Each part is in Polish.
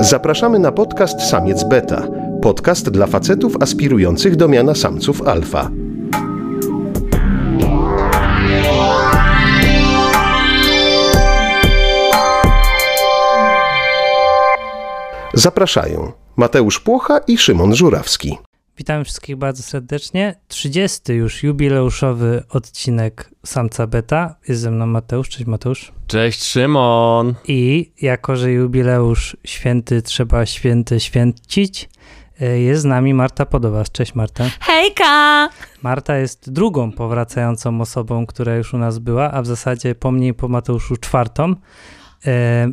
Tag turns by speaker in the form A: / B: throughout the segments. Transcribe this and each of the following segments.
A: Zapraszamy na podcast Samiec Beta. Podcast dla facetów aspirujących do miana samców alfa. Zapraszają Mateusz Płocha i Szymon Żurawski.
B: Witam wszystkich bardzo serdecznie. 30 już jubileuszowy odcinek Samca Beta. Jest ze mną Mateusz. Cześć Mateusz.
C: Cześć Szymon!
B: I jako, że jubileusz święty trzeba święty święcić, y, jest z nami Marta Podobas. Cześć Marta.
D: Hejka!
B: Marta jest drugą powracającą osobą, która już u nas była, a w zasadzie po mnie i po Mateuszu czwartą. E,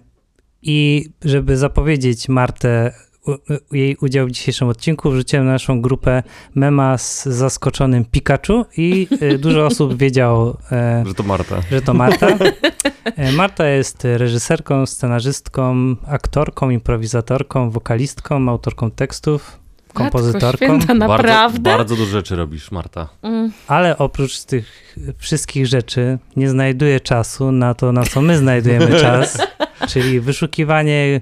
B: I żeby zapowiedzieć Martę u, u- jej udział w dzisiejszym odcinku, wrzuciłem na naszą grupę mema z zaskoczonym Pikachu i e, dużo osób wiedziało, e,
C: Że to Marta.
B: że to Marta. E, Marta jest reżyserką, scenarzystką, aktorką, improwizatorką, wokalistką, autorką tekstów, kompozytorką.
D: Matko święta, naprawdę?
C: Bardzo, bardzo dużo rzeczy robisz, Marta.
D: Mm.
B: Ale oprócz tych wszystkich rzeczy nie znajduje czasu na to, na co my znajdujemy czas, czyli wyszukiwanie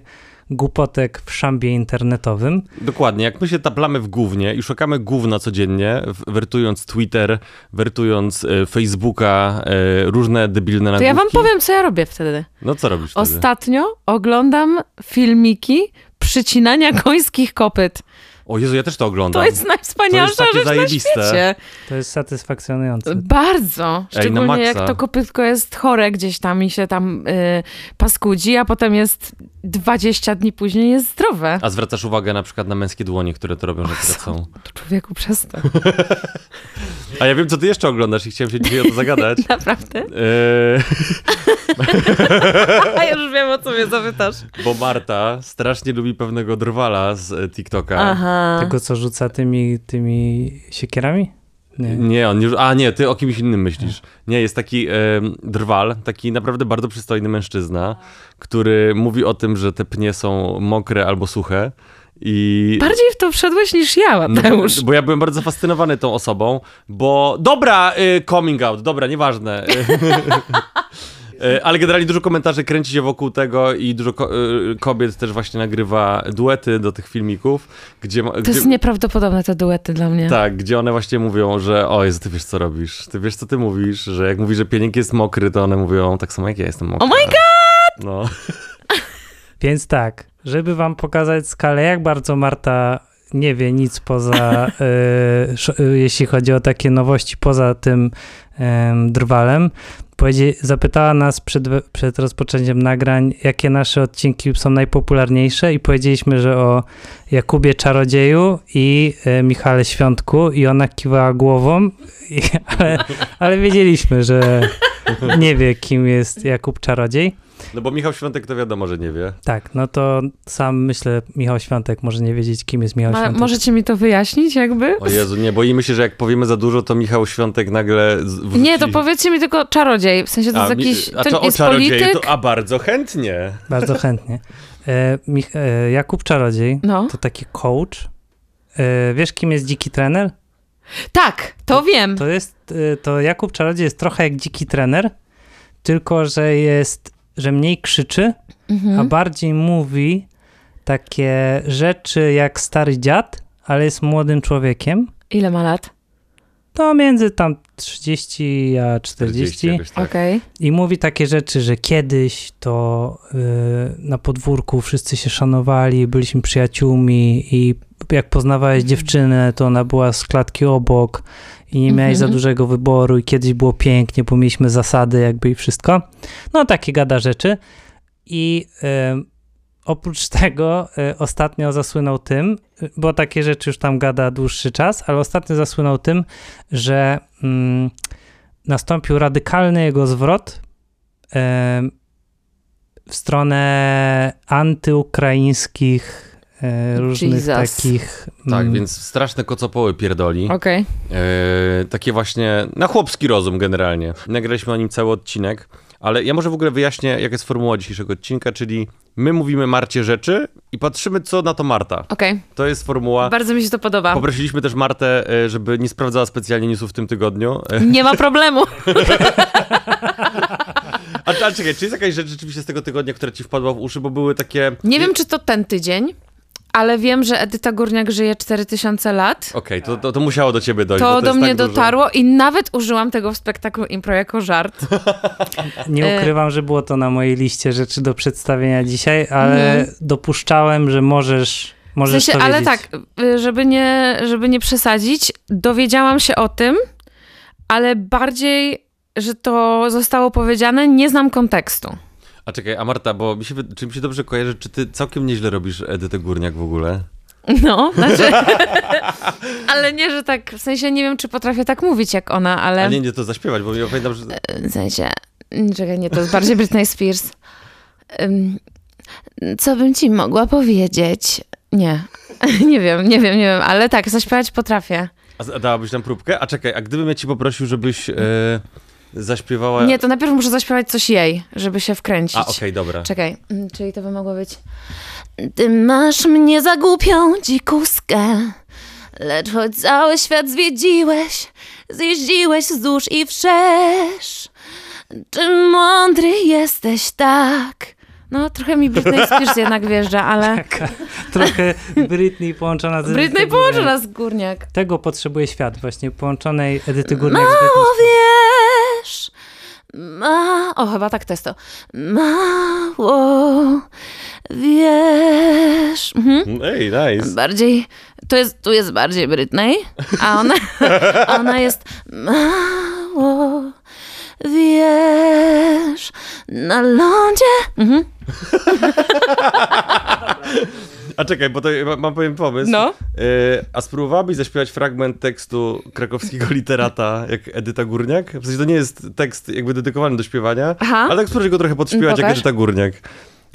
B: głupotek w szambie internetowym.
C: Dokładnie, jak my się taplamy w gównie i szukamy gówna codziennie, w- wertując Twitter, wertując e, Facebooka, e, różne debilne
D: To ja wam
C: nagłówki.
D: powiem, co ja robię wtedy.
C: No co robisz wtedy?
D: Ostatnio oglądam filmiki przycinania końskich kopyt.
C: O Jezu, ja też to oglądam.
D: To jest najwspanialsza
C: takie
D: rzecz
C: zajebiste.
D: na świecie.
B: To jest satysfakcjonujące.
D: No. Bardzo.
C: na
D: Szczególnie jak
C: maksa.
D: to kopytko jest chore gdzieś tam i się tam y, paskudzi, a potem jest 20 dni później jest zdrowe.
C: A zwracasz uwagę na przykład na męskie dłonie, które to robią, że tracą.
D: To człowieku przestań.
C: A ja wiem, co ty jeszcze oglądasz i chciałem się dzisiaj o to zagadać.
D: Naprawdę?
C: E,
D: A ja już wiem, o co mnie zapytasz.
C: bo Marta strasznie lubi pewnego drwala z e, TikToka.
D: Aha.
B: Tego, co rzuca tymi, tymi siekierami? Nie.
C: Nie, on już. A nie, ty o kimś innym myślisz.
D: Tak.
C: Nie, jest taki em, drwal, taki naprawdę bardzo przystojny mężczyzna, który mówi o tym, że te pnie są mokre albo suche. I.
D: Bardziej w to wszedłeś niż ja,
C: No,
D: Mateusz.
C: bo ja byłem bardzo fascynowany tą osobą, bo. Dobra, y, coming out, dobra, nieważne. Y, Ale generalnie dużo komentarzy kręci się wokół tego i dużo ko- y, kobiet też właśnie nagrywa duety do tych filmików, gdzie... ma-
D: To
C: gdzie...
D: jest nieprawdopodobne te duety dla mnie.
C: Tak, gdzie one właśnie mówią, że o Jezu, ty wiesz co robisz, ty wiesz co ty mówisz, że jak mówisz, że pieniek jest mokry, to one mówią tak samo jak ja jestem mokry.
D: Oh my
C: god! No,
B: Więc tak, żeby wam pokazać skalę, jak bardzo Marta nie wie nic poza, y, sz- y, jeśli chodzi o takie nowości, poza tym em, drwalem. Powiedzie, zapytała nas przed, we- przed rozpoczęciem nagrań, jakie nasze odcinki są najpopularniejsze i powiedzieliśmy, że o Jakubie Czarodzieju i y, Michale Świątku i ona kiwała głową, i, ale, ale wiedzieliśmy, że nie wie, kim jest Jakub Czarodziej.
C: no bo Michał Świątek to wiadomo, że nie wie.
B: Tak, no to sam myślę, Michał Świątek może nie wiedzieć, kim jest Michał
D: Ale
B: Świątek.
D: możecie mi to wyjaśnić jakby?
C: O Jezu, nie, boimy się, że jak powiemy za dużo, to Michał Świątek nagle z- wrzuci...
D: Nie, to powiedzcie mi tylko czarodziej. W sensie to jest
C: mi-
D: jakiś.
C: a
D: to
C: to o
D: jest
C: czarodzieju,
D: polityk.
C: to, a bardzo chętnie.
B: Bardzo chętnie. E, Mich- e, Jakub Czarodziej
D: No.
B: to taki coach. E, wiesz, kim jest dziki trener?
D: Tak, to, wiem.
B: To jest, e, to Jakub Czarodziej jest trochę jak dziki trener, tylko że jest, że mniej krzyczy,
D: Mhm.
B: a bardziej mówi takie rzeczy jak stary dziad, ale jest młodym człowiekiem.
D: Ile ma lat?
B: To między tam 30 a 40.
C: jakoś tak.
D: Okej.
B: I mówi takie rzeczy, że kiedyś to y, na podwórku wszyscy się szanowali, byliśmy przyjaciółmi i jak poznawałeś dziewczynę, to ona była z klatki obok i nie miałeś za
D: Mhm.
B: dużego wyboru i kiedyś było pięknie, bo mieliśmy zasady jakby i wszystko. No takie gada rzeczy. I y, oprócz tego y, ostatnio zasłynął tym, y, bo takie rzeczy już tam gada dłuższy czas, ale ostatnio zasłynął tym, że mm, nastąpił radykalny jego zwrot em, w stronę antyukraińskich e, różnych
D: Jesus.
B: takich.
C: Tak,
B: mm,
C: więc straszne kocopoły pierdoli.
D: Okej.
C: E, takie właśnie na chłopski rozum generalnie. Nagraliśmy o nim cały odcinek, ale ja może w ogóle wyjaśnię, jaka jest formuła dzisiejszego odcinka, czyli my mówimy Marcie rzeczy i patrzymy, co na to Marta.
D: Okej.
C: To jest formuła.
D: Bardzo mi się to podoba.
C: Poprosiliśmy też Martę, e, żeby nie sprawdzała specjalnie newsów w tym tygodniu. E,
D: Nie ma problemu.
C: A ale, ale czekaj, czy jest jakaś rzecz rzeczywiście z tego tygodnia, która ci wpadła w uszy, bo były takie...
D: Nie wiem, czy to ten tydzień, ale wiem, że Edyta Górniak żyje 4000 lat.
C: Okej, to, to, to musiało do ciebie dojść, bo
D: To
C: to
D: do
C: jest
D: mnie
C: tak dużo.
D: dotarło i nawet użyłam tego w spektaklu impro jako żart. E.
B: Nie ukrywam, że było to na mojej liście rzeczy do przedstawienia dzisiaj, ale dopuszczałem, że możesz,
D: Mhm. W
B: możesz
D: sensie,
B: to
D: ale
B: wiedzieć.
D: tak, y, żeby nie, żeby nie przesadzić, dowiedziałam się o tym, ale bardziej, że to zostało powiedziane, nie znam kontekstu.
C: A czekaj, a Marta, bo mi się, wy- czy mi się dobrze kojarzy, czy ty całkiem nieźle robisz Edytę Górniak w ogóle?
D: No, znaczy, ale nie, że tak, w sensie nie wiem, czy potrafię tak mówić jak ona, ale...
C: A nie, nie, to zaśpiewać, bo ja pamiętam, że...
D: w sensie, mm, czekaj, nie, to jest bardziej Britney Spears. Ym, Co bym ci mogła powiedzieć? Nie, nie wiem, nie wiem, nie wiem, ale tak, zaśpiewać potrafię.
C: A z- a dałabyś nam próbkę? A czekaj, a gdybym ja ci poprosił, żebyś e, zaśpiewała...
D: Nie, to najpierw muszę zaśpiewać coś jej, żeby się wkręcić.
C: A, okej, dobra.
D: Czekaj, mm, czyli to by mogło być... Ty masz mnie za głupią dzikuskę, lecz choć cały świat zwiedziłeś, zjeździłeś wzdłuż i wszerz. Czy mądry jesteś tak? No, trochę mi Britney Spears jednak wjeżdża, ale...
B: Taka Trochę Britney połączona z
D: Britney
B: Edytą
D: położy
B: Górniak.
D: nas górniak.
B: Tego potrzebuje świat, właśnie połączonej Edyty Górniak z Britney
D: Mało
B: Spears.
D: wiesz, ma... O, chyba tak to jest to. Mało wiesz... Mhm.
C: Ej, nice.
D: Bardziej, to jest, tu jest bardziej Britney, a ona, ona jest mało, wiesz, na lądzie. Mhm.
C: A czekaj, bo to ja ma- mam pewien pomysł.
D: No.
C: E, a spróbowałabyś zaśpiewać fragment tekstu krakowskiego literata jak Edyta Górniak? W sensie to nie jest tekst jakby dedykowany do śpiewania,
D: Aha.
C: ale tak spróbuj go trochę podśpiewać jak
D: Pokaż.
C: Edyta Górniak.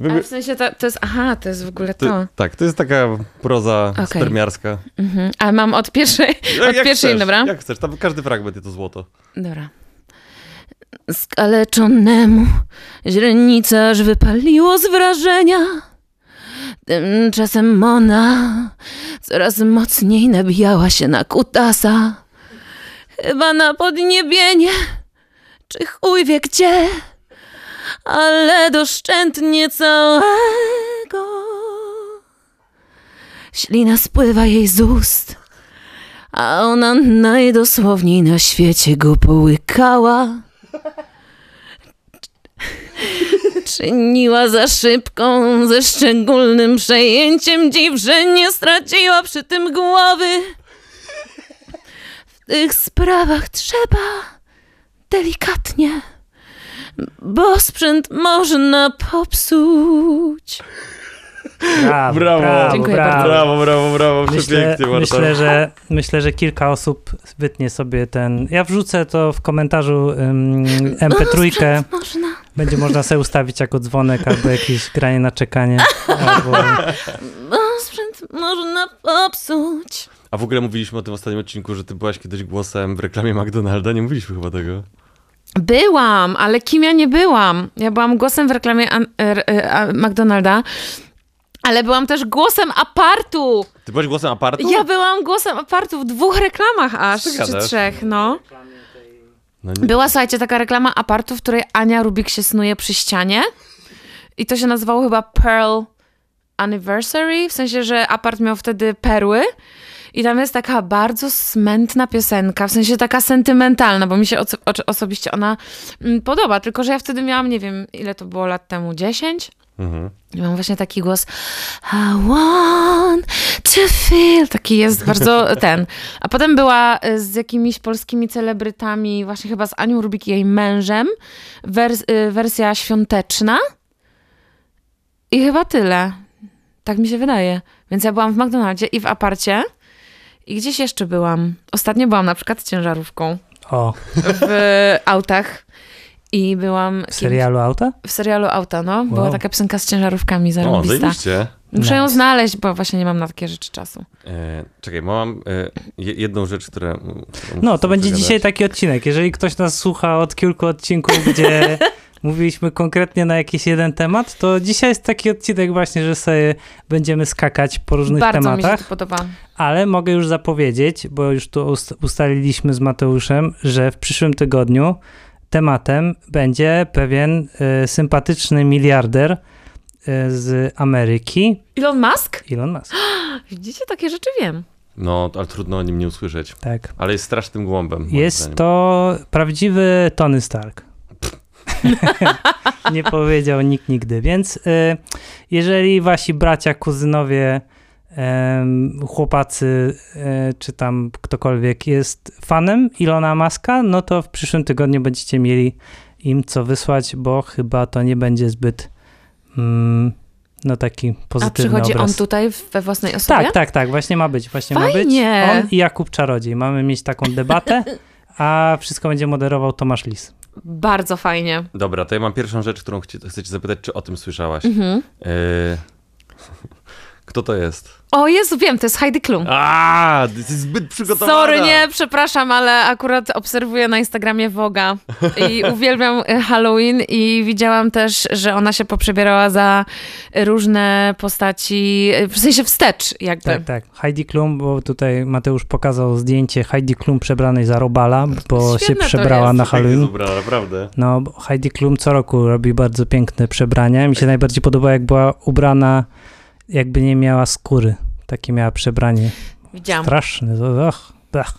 C: Wygl-
D: A w sensie to, to jest, aha, to jest w ogóle
C: to,
D: to.
C: Tak, to jest taka proza
D: Okej.
C: spermiarska.
D: Mhm. A mam od pierwszej, od pierwszej,
C: chcesz,
D: dobra?
C: No, Jak chcesz, tam każdy fragment jest to złoto.
D: Dobra. Skaleczonemu źrenica aż wypaliło z wrażenia. Tymczasem Mona coraz mocniej nabijała się na kutasa. Chyba na podniebienie, czy chuj wie gdzie, ale doszczętnie całego. Ślina spływa jej z ust. A ona najdosłowniej na świecie go połykała. Czyniła za szybką, ze szczególnym przejęciem dziw, że nie straciła przy tym głowy. W tych sprawach trzeba delikatnie, bo sprzęt można popsuć.
B: Brawo,
C: Brawo.
B: brawo,
D: Dziękuję
B: brawo.
D: bardzo.
C: Brawo, brawo, brawo,
B: Tak. Myślę,
C: przepięknie, Marta.
B: myślę, że, myślę, że kilka osób wytnie sobie ten. Ja wrzucę to w komentarzu ym, MP3.
D: Sprzęt można.
B: Będzie można sobie ustawić jako dzwonek albo jakieś granie na czekanie. Albo...
D: Bo sprzęt można popsuć.
C: A w ogóle mówiliśmy o tym ostatnim odcinku, że ty byłaś kiedyś głosem w reklamie McDonalda, nie mówiliśmy chyba tego.
D: Byłam, ale kim ja nie byłam. Ja byłam głosem w reklamie An- er, e, a- McDonalda, ale byłam też głosem apartu.
C: Ty byłaś głosem apartu?
D: Ja byłam głosem apartu w dwóch reklamach aż,
C: Co ty
D: czy
C: gadasz?
D: trzech, no.
C: No nie.
D: Była, słuchajcie, taka reklama apartu, w której Ania Rubik się snuje przy ścianie i to się nazywało chyba Pearl Anniversary, w sensie, że apart miał wtedy perły. I tam jest taka bardzo smętna piosenka, w sensie taka sentymentalna, bo mi się oso- oczy- osobiście ona mm, podoba. Tylko, że ja wtedy miałam, nie wiem, ile to było lat temu, 10?
C: Mhm.
D: I mam właśnie taki głos I want to feel. Taki jest bardzo ten. A potem była y, z jakimiś polskimi celebrytami, właśnie chyba z Anią Rubik i jej mężem, wers y, wersja świąteczna. I chyba tyle. Tak mi się wydaje. Więc ja byłam w McDonaldzie i w aparcie. I gdzieś jeszcze byłam. Ostatnio byłam na przykład z ciężarówką
B: O,
D: w autach. I byłam
B: w
D: kiedyś-
B: serialu auta?
D: w serialu Auta, no. Była
B: Wow.
D: taka piosenka z ciężarówkami
C: O,
D: zarobista.
C: zajebiście.
D: Muszę ją
B: Nice.
D: znaleźć, bo właśnie nie mam na takie rzeczy czasu.
C: E, czekaj, bo mam e, je- jedną rzecz, która... m, którą
B: No,
C: chcę
B: to będzie
C: wygadać.
B: dzisiaj taki odcinek. Jeżeli ktoś nas słucha od kilku odcinków, gdzie mówiliśmy konkretnie na jakiś jeden temat, to dzisiaj jest taki odcinek właśnie, że sobie będziemy skakać po różnych
D: Bardzo mi
B: tematach.
D: się to podoba.
B: Ale mogę już zapowiedzieć, bo już tu ust- ustaliliśmy z Mateuszem, że w przyszłym tygodniu tematem będzie pewien y, sympatyczny miliarder y, z Ameryki,
D: Elon Musk?
B: Elon Musk.
D: Widzicie, takie rzeczy wiem.
C: No, ale trudno o nim nie usłyszeć.
B: Tak.
C: Ale jest strasznym głąbem. moim
B: Jest
C: zdaniem.
B: to prawdziwy Tony Stark. Nie powiedział nikt nigdy, więc y, jeżeli wasi bracia, kuzynowie, em, chłopacy, y, czy tam ktokolwiek jest fanem Ilona Maska, no to w przyszłym tygodniu będziecie mieli im co wysłać, bo chyba to nie będzie zbyt mm, no taki
D: A
B: pozytywny
D: przychodzi
B: obraz.
D: on tutaj w- we własnej osobie?
B: Tak, tak, tak, właśnie ma być, właśnie
D: Fajnie.
B: ma być. On i Jakub Czarodziej. Mamy mieć taką debatę, a wszystko będzie moderował Tomasz Lis.
D: Bardzo fajnie.
C: Dobra, to ja mam pierwszą rzecz, którą chcie, chcę cię zapytać, czy o tym słyszałaś.
D: Mhm.
C: Y, Kto to jest?
D: O Jezu, wiem, to jest Heidi Klum.
C: A, ty jesteś zbyt przygotowana.
D: Sorry, nie, przepraszam, ale akurat obserwuję na Instagramie Woga i uwielbiam e, Halloween i widziałam też, że ona się poprzebierała za różne postaci, e, w sensie wstecz jakby.
B: Tak, tak. Heidi Klum, bo tutaj Mateusz pokazał zdjęcie Heidi Klum przebranej za Robala, bo
D: Świetne
B: się
D: to
B: przebrała
D: jest.
B: na
C: Tak jest
B: Halloween.
C: ubrana, naprawdę.
B: No, bo Heidi Klum co roku robi bardzo piękne przebrania. Mi się najbardziej podoba, jak była ubrana, jakby nie miała skóry. Takie miała przebranie.
D: Widziałam.
B: Straszne. Ach, ach.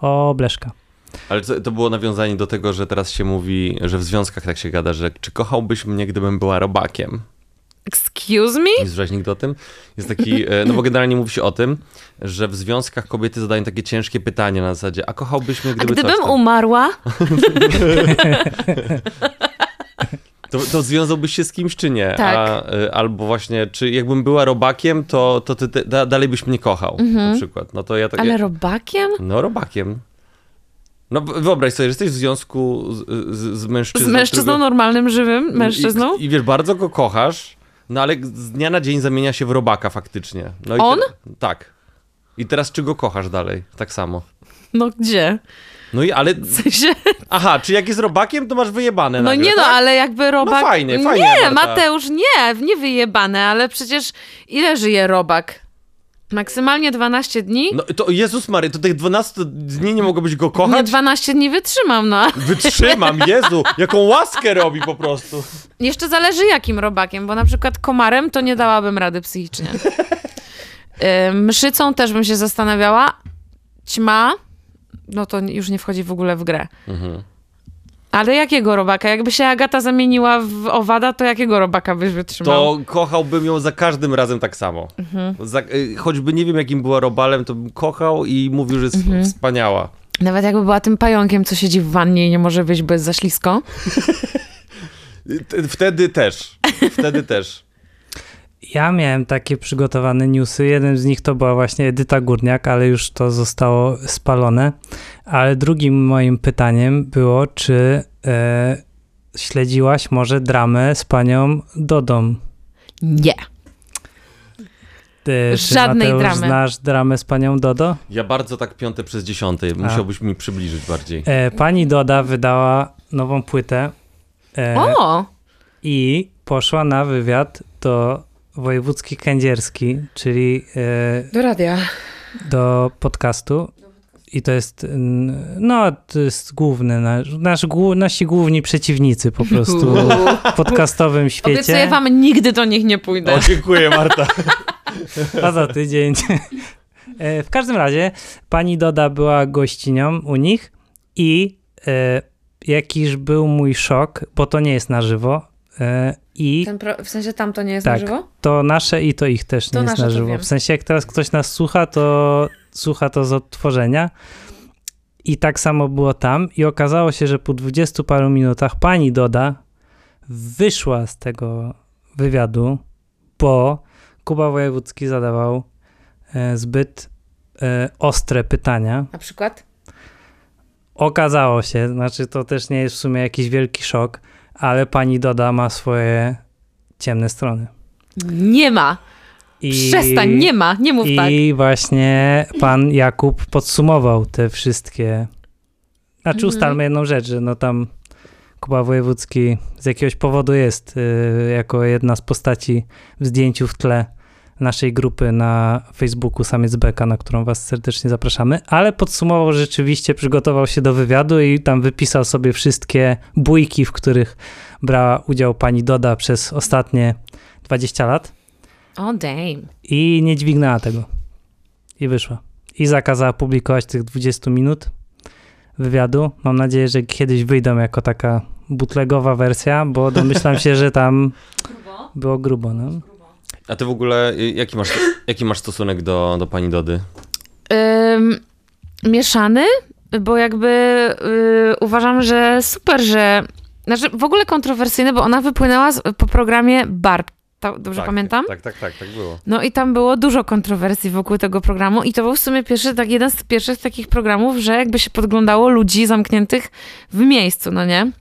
B: O, Bleszka.
C: Ale to, to było nawiązanie do tego, że teraz się mówi, że w związkach tak się gada, że czy kochałbyś mnie, gdybym była robakiem?
D: Excuse me?
C: Nie słyszałeś nigdy o tym? Jest taki, e, no bo generalnie mówi się o tym, że w związkach kobiety zadają takie ciężkie pytania na zasadzie, a kochałbyś mnie,
D: A
C: gdyby
D: gdybym um-
C: coś tam? Tak
D: umarła?
C: To, to związałbyś się z kimś, czy nie?
D: Tak.
C: A, y, albo właśnie, czy jakbym była robakiem, to, to ty, ty da, dalej byś mnie kochał, na przykład. No to ja tak...
D: Mhm. Ale robakiem?
C: No robakiem. No w- wyobraź sobie, że jesteś w związku z, z, z
D: Z
C: mężczyzną.
D: mężczyzną
C: którego-
D: normalnym, żywym mężczyzną?
C: I, I wiesz, bardzo go kochasz, no ale z dnia na dzień zamienia się w robaka faktycznie. No i
D: On?
C: Te, tak. I teraz czy go kochasz dalej? Tak samo.
D: No gdzie?
C: No i ale...
D: W sensie,
C: Aha, czy jak jest robakiem, to masz wyjebane
D: no
C: nagle,
D: nie no,
C: tak?
D: ale jakby robak...
C: No fajnie, fajnie,
D: Nie,
C: Marta.
D: Mateusz, nie, nie wyjebane, ale przecież ile żyje robak? Maksymalnie 12 dni?
C: No to Jezus Mary, to tych 12 dni nie mogłobyś go
D: Nie,
C: kochać?
D: 12 dni wytrzymam, no.
C: Wytrzymam, Jezu, jaką łaskę robi po prostu.
D: Jeszcze zależy jakim robakiem, bo na przykład komarem to nie dałabym rady psychicznie. Y, Mszycą też bym się zastanawiała. Ćma, no to już nie wchodzi w ogóle w grę.
B: Mhm.
D: Ale jakiego robaka? Jakby się Agata zamieniła w owada, to jakiego robaka byś wytrzymał?
C: To kochałbym ją za każdym razem tak samo.
D: Mhm.
C: Za, y, choćby nie wiem, jakim była robalem, to bym kochał i mówił, że jest
D: Mhm.
C: wspaniała.
D: Nawet jakby była tym pająkiem, co siedzi w wannie i nie może wyjść, bo jest za ślisko.
C: Y, t- Wtedy też, wtedy też.
B: Ja miałem takie przygotowane newsy. Jeden z nich to była właśnie Edyta Górniak, ale już to zostało spalone. Ale drugim moim pytaniem było, czy e, śledziłaś może dramę z panią Dodą? E,
D: Nie.
B: Ty,
D: Żadnej
B: czy Mateusz,
D: dramy.
B: znasz dramę z panią Dodo?
C: Ja bardzo tak piąte przez dziesiąte, musiałbyś mi przybliżyć bardziej.
B: E, pani Doda wydała nową płytę e,
D: O!
B: i poszła na wywiad do Wojewódzki Kędzierski, czyli e,
D: Do radia.
B: do podcastu. I to jest, mm, no, to jest główny, nasz, nasz, głó- nasi główni przeciwnicy po prostu w podcastowym świecie.
D: Obiecuję wam, nigdy do nich nie pójdę.
C: O, dziękuję Marta.
B: A za tydzień. E, w każdym razie pani Doda była gościnią u nich i e, jakiż był mój szok, bo to nie jest na żywo. E, I
D: Ten pro... W sensie tam to nie jest
B: Tak.
D: na żywo?
B: to nasze i to ich też
D: To
B: nie jest
D: nasze
B: na
D: to
B: żywo.
D: wiem.
B: W sensie, jak teraz ktoś nas słucha, to słucha to z odtworzenia. I tak samo było tam. I okazało się, że po dwudziestu paru minutach pani Doda wyszła z tego wywiadu, bo Kuba Wojewódzki zadawał e, zbyt e, ostre pytania.
D: Na przykład?
B: Okazało się, znaczy to też nie jest w sumie jakiś wielki szok, ale pani Doda ma swoje ciemne strony.
D: Nie ma.
B: I...
D: Przestań, nie ma, nie mów
B: I
D: tak.
B: właśnie pan Jakub podsumował te wszystkie. Znaczy,
D: Mhm.
B: ustalmy jedną rzecz, że no tam Kuba Wojewódzki z jakiegoś powodu jest y, jako jedna z postaci w zdjęciu w tle naszej grupy na Facebooku Samiec Beka, na którą was serdecznie zapraszamy, ale podsumował rzeczywiście, przygotował się do wywiadu i tam wypisał sobie wszystkie bójki, w których brała udział pani Doda przez ostatnie 20 lat
D: O, damn.
B: i nie dźwignęła tego. I wyszła. I zakazała publikować tych 20 minut wywiadu. Mam nadzieję, że kiedyś wyjdą jako taka butlegowa wersja, bo domyślam się, że tam było grubo. No.
C: A ty w ogóle, y, jaki masz, jaki masz stosunek do, do pani Dody?
D: Ym, mieszany, bo jakby y, uważam, że super, że. Znaczy w ogóle kontrowersyjne, bo ona wypłynęła z, po programie Barb. Ta, dobrze
C: tak,
D: pamiętam?
C: Tak, tak, tak, tak było.
D: No i tam było dużo kontrowersji wokół tego programu i to był w sumie pierwszy, tak, jeden z pierwszych takich programów, że jakby się podglądało ludzi zamkniętych w miejscu, no nie?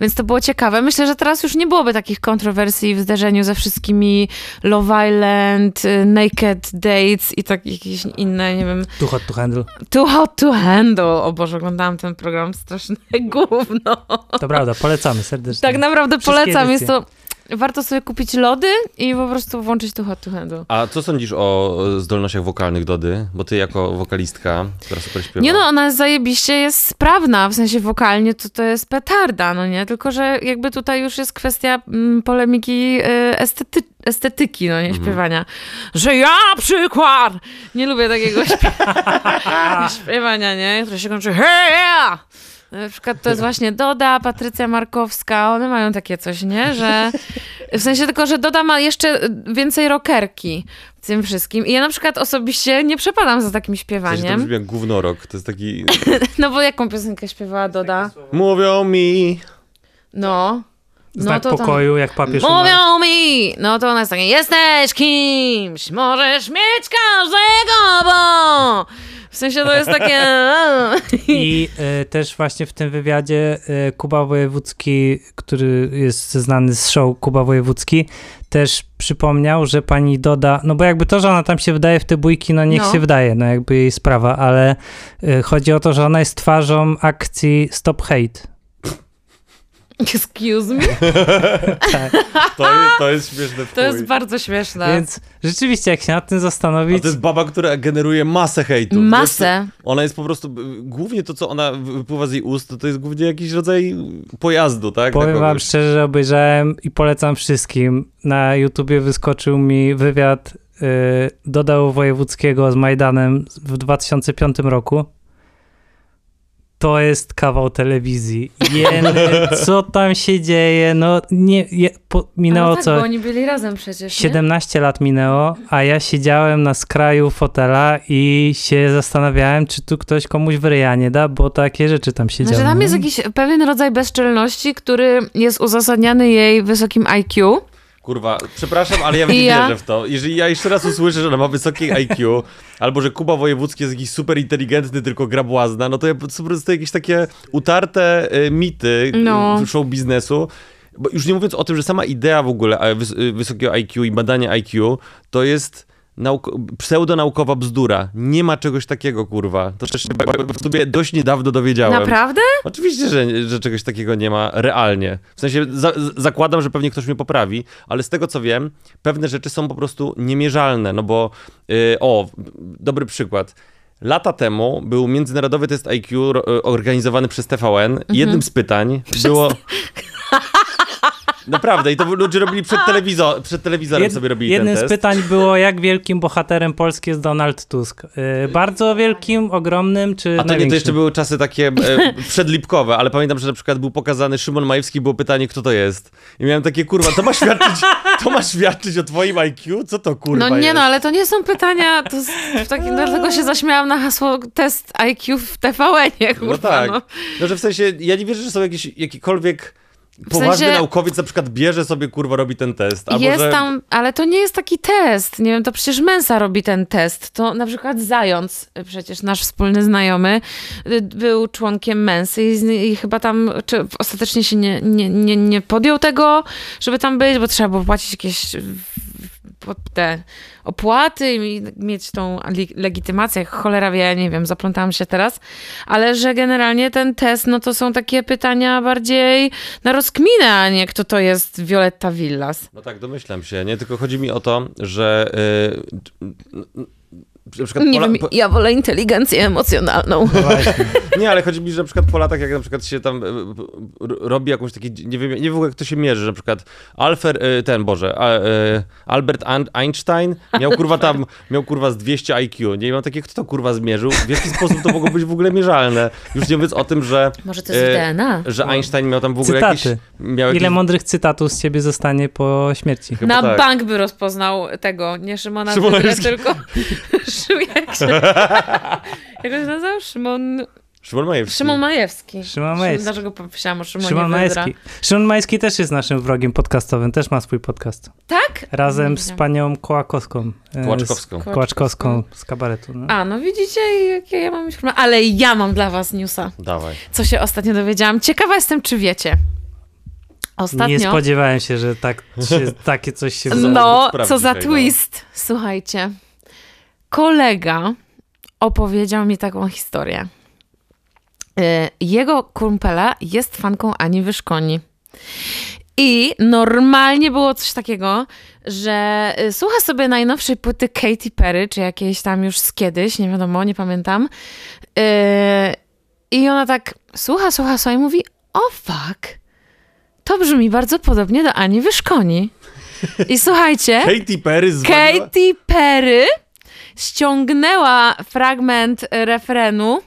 D: Więc to było ciekawe. Myślę, że teraz już nie byłoby takich kontrowersji w zdarzeniu ze wszystkimi Love Island, y, Naked Dates i tak jakieś inne, nie wiem,
B: Too hot to handle.
D: Too Hot to Handle. O Boże, oglądałam ten program, straszne gówno.
B: To prawda, polecamy serdecznie.
D: Tak naprawdę
B: Wszystkie
D: polecam, jest
B: edycje.
D: to... Warto sobie kupić lody i po prostu włączyć Too Hot to Handle.
C: A co sądzisz o e, zdolnościach wokalnych Dody? Bo ty jako wokalistka, która super śpiewa.
D: Nie no, ona jest zajebiście jest sprawna, w sensie wokalnie to, to jest petarda, no nie? Tylko, że jakby tutaj już jest kwestia mm, polemiki y, estety, estetyki, no nie? Śpiewania. Że ja przykład! Nie lubię takiego śpiewania, śpiewania nie? Które się kończy hej ja! Na przykład to jest właśnie Doda, Patrycja Markowska, one mają takie coś, nie? Że w sensie tylko, że Doda ma jeszcze więcej rockerki w tym wszystkim. I ja na przykład osobiście nie przepadam za takim
C: W sensie to
D: śpiewaniem.
C: brzmi jak gównorok, to jest taki...
D: No bo jaką piosenkę śpiewała Doda?
C: Mówią mi...
D: No. No
B: Znak
D: to tam.
B: pokoju, jak papież umarł.
D: Mówią mi! No to ona jest takie, jesteś kimś, możesz mieć każdego, bo... W sensie to jest takie...
B: I e, też właśnie w tym wywiadzie e, Kuba Wojewódzki, który jest znany z show Kuba Wojewódzki, też przypomniał, że pani Doda, no bo jakby to, że ona tam się wydaje w te bójki, no niech
D: No.
B: się wydaje, no jakby jej sprawa, ale e, chodzi o to, że ona jest twarzą akcji Stop Hate.
D: Excuse me?
C: To, to jest śmieszne w
D: To jest
C: chuj.
D: bardzo śmieszne.
B: Więc rzeczywiście, jak się nad tym
C: A
B: zastanowić,
C: to jest baba, która generuje masę hejtu.
D: Masę.
C: Ona jest po prostu, y, głównie to, co ona wypływa z jej ust, to, to jest głównie jakiś rodzaj pojazdu, tak?
B: Powiem
C: Dla
B: wam
C: kogoś.
B: szczerze, że obejrzałem i polecam wszystkim. Na YouTubie wyskoczył mi wywiad y, dodał Wojewódzkiego z Majdanem z- w 2005 roku. To jest kawał telewizji. Jeny, co tam się dzieje? No nie, je, po, minęło
D: Ale tak,
B: co?
D: bo oni byli razem przecież, nie?
B: 17 lat minęło, a ja siedziałem na skraju fotela i się zastanawiałem, czy tu ktoś komuś wyryja nie da, bo takie rzeczy tam się
D: Znaczy
B: działy.
D: tam
B: No.
D: jest jakiś pewien rodzaj bezczelności, który jest uzasadniany jej wysokim IQ.
C: Kurwa, przepraszam, ale ja nie
D: I ja?
C: wierzę w to. Jeżeli ja jeszcze raz usłyszę, że ona ma wysokie IQ, albo że Kuba Wojewódzki jest jakiś super inteligentny, tylko gra błazna, no to ja po prostu to jakieś takie utarte y, mity
D: No.
C: no. show biznesu. Bo już nie mówiąc o tym, że sama idea w ogóle e, wys y, wysokiego IQ i badania IQ to jest nauk- pseudonaukowa bzdura. Nie ma czegoś takiego, kurwa. To też się b- b- sobie dość niedawno dowiedziałem.
D: Naprawdę?
C: Oczywiście, że, że czegoś takiego nie ma realnie. W sensie za, z- zakładam, że pewnie ktoś mnie poprawi, ale z tego co wiem, pewne rzeczy są po prostu niemierzalne. No bo, yy, o, dobry przykład. Lata temu był międzynarodowy test IQ ro- y, organizowany przez TVN.
B: Mhm.
C: i Jednym z pytań było. Naprawdę, i to ludzie robili przed, telewizo- przed telewizorem,
B: Jed-
C: sobie robili
B: jednym
C: ten test.
B: z pytań było, jak wielkim bohaterem Polski jest Donald Tusk? Y, bardzo wielkim, ogromnym, czy
C: A to nie, to
B: największym?
C: jeszcze były czasy takie e, przedlipkowe, ale pamiętam, że na przykład był pokazany Szymon Majewski, było pytanie, kto to jest. I miałem takie, kurwa, to ma świadczyć, to ma świadczyć o twoim IQ? Co to, kurwa
D: No nie
C: jest?
D: no, ale to nie są pytania, to z- w takim, dlatego się zaśmiałam na hasło test IQ w TVN-ie,
C: No
D: kurwa,
C: tak.
D: no.
C: No że w sensie, ja nie wierzę, że są jakieś, jakikolwiek poważny
D: sensie-
C: naukowiec na przykład bierze sobie, kurwa, robi ten test. Albo,
D: Jest
C: że...
D: tam, ale to nie jest taki test, nie wiem, to przecież Mensa robi ten test, to na przykład Zając, przecież nasz wspólny znajomy, y, był członkiem Mensy i, z- i chyba tam, czy ostatecznie się nie, nie, nie, nie podjął tego, żeby tam być, bo trzeba było płacić jakieś y, op- te opłaty i mieć tą li- legitymację. Cholera wie, ja nie wiem, zaplątałam się teraz. Ale że generalnie ten test, no to są takie pytania bardziej na rozkminę, a nie kto to jest Violetta Villas.
C: No tak, domyślam się, nie? Tylko chodzi mi o to, że y, yy, na przykład
D: No Nie
C: Pola-
D: wiem,
C: po- No
D: ja wolę inteligencję emocjonalną.
C: Nie, ale chodzi mi, że na przykład po latach, jak na przykład się tam e, r- robi jakąś taki, nie wiem, nie wiem w ogóle, jak to się mierzy, że na przykład Alfer, e, ten Boże, a, e, Albert An- Einstein miał kurwa tam, miał kurwa z 200 IQ, nie I mam takie, kto to kurwa zmierzył, w jaki sposób to mogło być w ogóle mierzalne, już nie mówiąc o tym, że,
D: Może to jest
C: e,
D: DNA.
C: że Einstein miał tam w ogóle
B: Cytaty.
C: jakieś, miał
B: Ile
C: jakieś,
B: mądrych cytatów z ciebie zostanie po śmierci?
C: chyba
D: Na
C: tak.
D: bank by rozpoznał tego, nie Szymona
C: Szymona
D: Szymona
C: Jerzego.
D: tylko Szymon, jak się, jak on się nazywał? Szymon,
C: Szymon Majewski.
D: Szymon Majewski.
B: Szymon Majewski.
D: Dlaczego pomyślałam o Szymonie
B: Szymon
D: Wydra?
B: Majski. Szymon Majski też jest naszym wrogiem podcastowym, też ma swój podcast.
D: Tak?
B: Razem z
D: Nie.
B: panią Kołakowską. e,
C: Kołaczkowską.
B: z- Kołaczkowską z kabaretu. No.
D: A, no widzicie, jakie ja mam informacje. Ale ja mam dla was newsa,
C: Dawaj.
D: co się ostatnio dowiedziałam. Ciekawa jestem, czy wiecie.
B: Nie
D: Ostatnio...
B: spodziewałem się, że tak się, takie coś się wydarzy.
D: No,
C: Sprawdź
D: co za
C: dzisiaj, no.
D: twist. Słuchajcie. Kolega opowiedział mi taką historię. Y, Jego kumpela jest fanką Ani Wyszkoni. I normalnie było coś takiego, że y, słucha sobie najnowszej płyty Katy Perry, czy jakiejś tam już z kiedyś, nie wiadomo, nie pamiętam. Y, I ona tak słucha, słucha, słucha i mówi, o fuck, to brzmi bardzo podobnie do Ani Wyszkoni. I słuchajcie,
C: Katy Perry z
D: Katy Perry ściągnęła fragment refrenu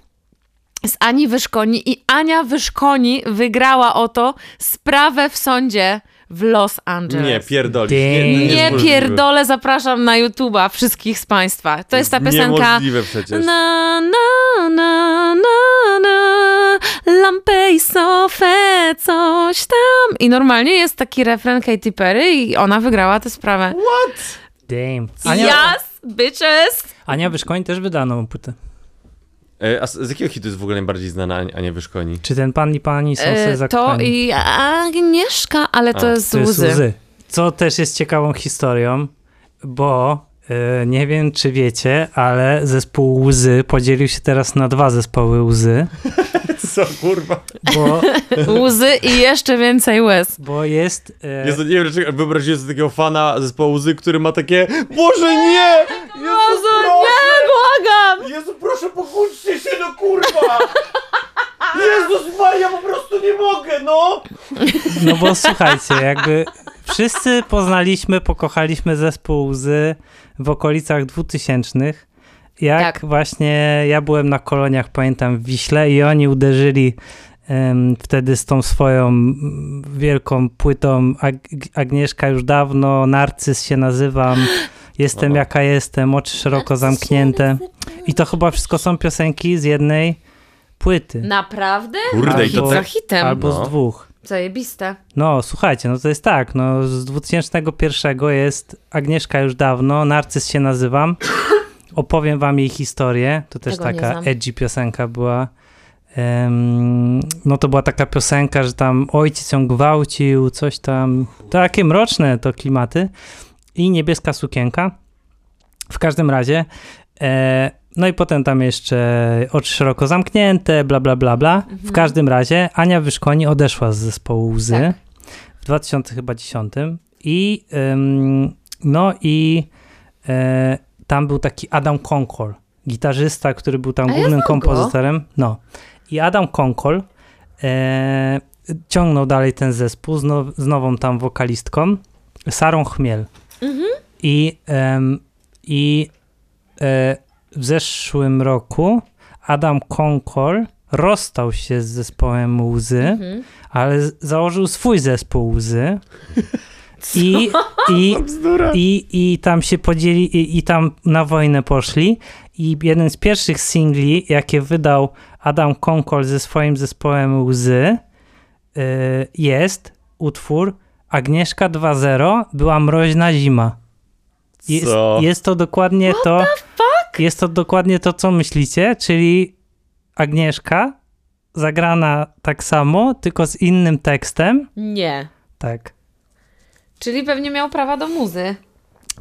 D: z Ani Wyszkoni i Ania Wyszkoni wygrała o to sprawę w sądzie w Los Angeles.
C: Nie, no pierdolisz.
B: Damn.
D: Nie
C: możliwe.
D: pierdolę, zapraszam na YouTube'a wszystkich z Państwa. To jest ta piosenka.
C: Niemożliwe przecież.
D: Na, na, na, na, na, lampę i sofę, coś tam. I normalnie jest taki refren Katy Perry i ona wygrała tę sprawę.
B: Damn. Ania,
D: Yes, bitches!
B: Ania Wyszkoń też wydała nową płytę.
C: E, A z, z jakiego hitu jest w ogóle najbardziej znana Ani- Ania Wyszkoni?
B: Czy ten pan i pani są sobie
D: E, to
B: zakochani?
D: i Agnieszka, ale to
C: A,
D: jest
B: To jest
D: łzy.
B: łzy. Co też jest ciekawą historią, bo e, nie wiem, czy wiecie, ale zespół łzy podzielił się teraz na dwa zespoły łzy,
C: Co kurwa?
B: bo,
D: Łzy i jeszcze więcej łez.
B: bo jest. e,
C: Jezu, nie wiem, dlaczego wyobraziłem sobie takiego fana zespołu łzy, który ma takie Boże nie! Jezu,
D: Boże,
C: proszę!
D: nie, błagam!
C: Jezu, proszę, pokłóćcie się, no kurwa! Jezus Maria, po prostu nie mogę, no!
B: No bo słuchajcie, jakby wszyscy poznaliśmy, pokochaliśmy zespół łzy w okolicach 2000. Jak
D: Tak.
B: właśnie ja byłem na koloniach, pamiętam, w Wiśle i oni uderzyli em, wtedy z tą swoją mm, wielką płytą Ag- Agnieszka już dawno, Narcyz się nazywam, jestem
C: O.
B: jaka jestem, oczy szeroko zamknięte. I to chyba wszystko są piosenki z jednej płyty
D: Naprawdę?
C: Kurde, i to
D: Hit
B: tak-
D: za
C: tak...
D: hitem.
B: albo
C: No.
B: z dwóch.
D: Zajebiste.
B: No, słuchajcie, no to jest tak, no z 2001 jest Agnieszka już dawno, Narcyz się nazywam. Opowiem wam jej historię, to też
D: Tego nie
B: taka
D: znam.
B: edgy piosenka była. Em, no to była taka piosenka, że tam ojciec ją gwałcił, coś tam. Takie mroczne to klimaty. I niebieska sukienka. W każdym razie. E, no i potem tam jeszcze oczy szeroko zamknięte, bla, bla, bla, bla. W każdym razie Ania Wyszkoni odeszła z zespołu Łzy
D: Tak.
B: w 2010 i ym, no i e, tam był taki Adam Konkol, gitarzysta, który był tam
D: A ja
B: głównym
D: znam go.
B: kompozytorem. No. I Adam Konkol e, ciągnął dalej ten zespół z, now, z nową tam wokalistką, Sarą Chmiel.
D: Mhm.
B: I, em, i e, w zeszłym roku Adam Konkol rozstał się z zespołem Łzy,
D: Mhm.
B: ale z- założył swój zespół Łzy. I, i, i, I tam się podzieli, i, i tam na wojnę poszli. I jeden z pierwszych singli, jakie wydał Adam Konkol ze swoim zespołem Łzy, y, jest utwór Agnieszka 2.0 była mroźna zima. Jest,
C: Co?
B: jest to dokładnie to. Jest to dokładnie to, co myślicie, czyli Agnieszka zagrana tak samo, tylko z innym tekstem.
D: Nie.
B: Tak.
D: Czyli pewnie miał prawa do muzy.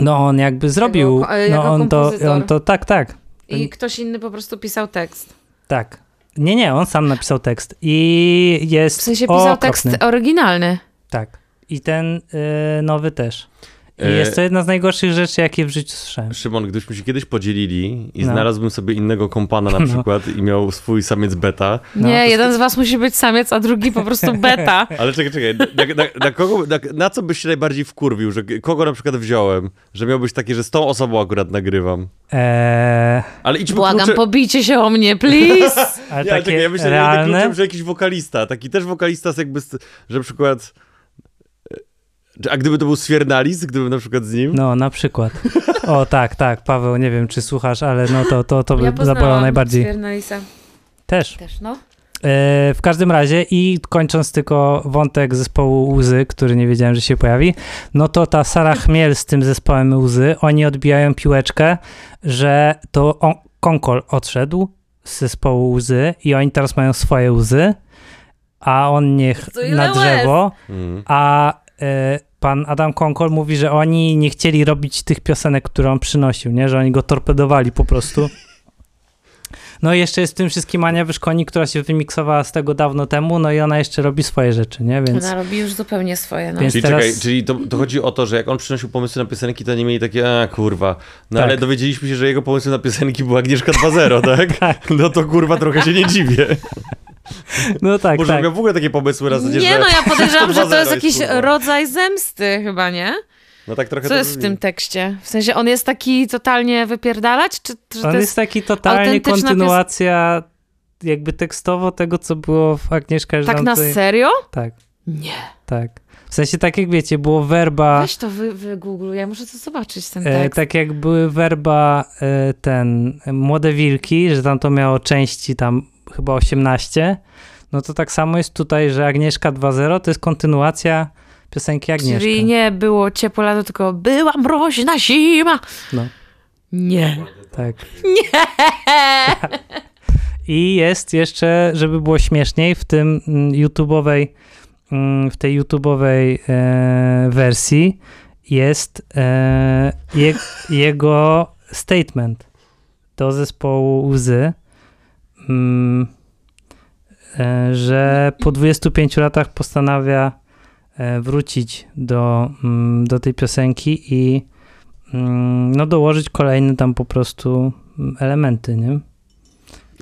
B: No on jakby zrobił,
D: ko- jako
B: no on to,
D: kompozytor.
B: on to, tak, tak,
D: I ktoś inny po prostu pisał tekst.
B: tak. Nie, nie, on sam napisał tekst i jest
D: W sensie pisał
B: okropny.
D: tekst oryginalny.
B: Tak. I ten y, nowy też. I
C: E,
B: jest to jedna z najgorszych rzeczy, jakie w życiu słyszałem.
C: Szymon, gdybyśmy się kiedyś podzielili i
B: No.
C: znalazłbym sobie innego kompana na
B: No.
C: przykład i miał swój samiec beta.
B: No,
D: nie,
B: to
D: jeden z was musi być samiec, a drugi po prostu beta.
C: Ale czekaj, czekaj, na, na, na, kogo, na, na co byś się najbardziej wkurwił? Że, kogo na przykład wziąłem? Że miałbyś takie, że z tą osobą akurat nagrywam.
B: Eee,
C: Ale idźmy
D: Błagam,
C: klucze...
D: pobijcie się o mnie, please!
B: ale
C: Nie, ale
B: takie
C: czekaj, ja myślę, że
B: realne...
C: jednym kluczem, że jakiś wokalista. Taki też wokalista, z jakby, z, że na przykład... Czy- A gdyby to był Sfiernalis, gdybym na przykład z nim?
B: No, na przykład. O, tak, tak, Paweł, nie wiem, czy słuchasz, ale no to, to, to by zabolało
D: poznałam
B: najbardziej.
D: Sfernalisa.
B: Też.
D: Też, no.
B: E, w każdym razie i kończąc tylko wątek zespołu Łzy, który nie wiedziałem, że się pojawi, no to ta Sara Chmiel z tym zespołem Łzy, oni odbijają piłeczkę, że to on, Konkol odszedł z zespołu Łzy i oni teraz mają swoje łzy, a on niech
D: Co ile
B: na drzewo,
C: Mm.
B: a e, pan Adam Konkol mówi, że oni nie chcieli robić tych piosenek, które on przynosił, nie? Że oni go torpedowali po prostu. No i jeszcze jest w tym wszystkim Ania Wyszkoni, która się wymiksowała z tego dawno temu, no i ona jeszcze robi swoje rzeczy, nie? Więc
D: Ona robi już zupełnie swoje, no.
B: Więc-
C: Czyli,
B: teraz-
C: czekaj, czyli to, to chodzi o to, że jak on przynosił pomysły na piosenki, to nie mieli takie, a kurwa. No
B: Tak.
C: ale dowiedzieliśmy się, że jego pomysły na piosenki była Agnieszka 2.0, tak? No to kurwa trochę się nie dziwię.
B: no tak,
C: Może
B: tak.
C: miał w ogóle takie pomysły na zasadzie,
D: Nie
C: że...
D: no, ja podejrzewam, że to
C: 2-0
D: jest jakiś
C: kurwa.
D: rodzaj zemsty chyba, nie?
C: No tak trochę
D: Co
C: to
D: jest w
C: brzmi.
D: tym tekście? W sensie on jest taki totalnie wypierdalać, czy, czy to
B: On
D: jest...
B: jest taki totalnie
D: autentyczna pios-
B: kontynuacja jakby tekstowo tego, co było w Agnieszka
D: tak na
B: Żdżącej.
D: serio?
B: Tak,
D: Nie.
B: tak. W sensie tak jak wiecie, było werba...
D: Weź to wy, wygoogluj, ja muszę to zobaczyć ten
B: E,
D: tekst.
B: tak jak były werba e, ten e, Młode Wilki, że tam to miało części tam chyba 18, no to tak samo jest tutaj, że Agnieszka 2.0 to jest kontynuacja piosenki Agnieszka.
D: Czyli nie było ciepło lato, tylko była mroźna zima.
B: No,
D: Nie.
C: No
B: tak. I jest jeszcze, żeby było śmieszniej, w tym mm, YouTube'owej, mm, w tej YouTube'owej e, wersji jest e, je, jego statement do zespołu Łzy, mm, e, że po 25 latach postanawia e, wrócić do, mm, do tej piosenki i mm, no, dołożyć kolejne tam po prostu mm, elementy, nie?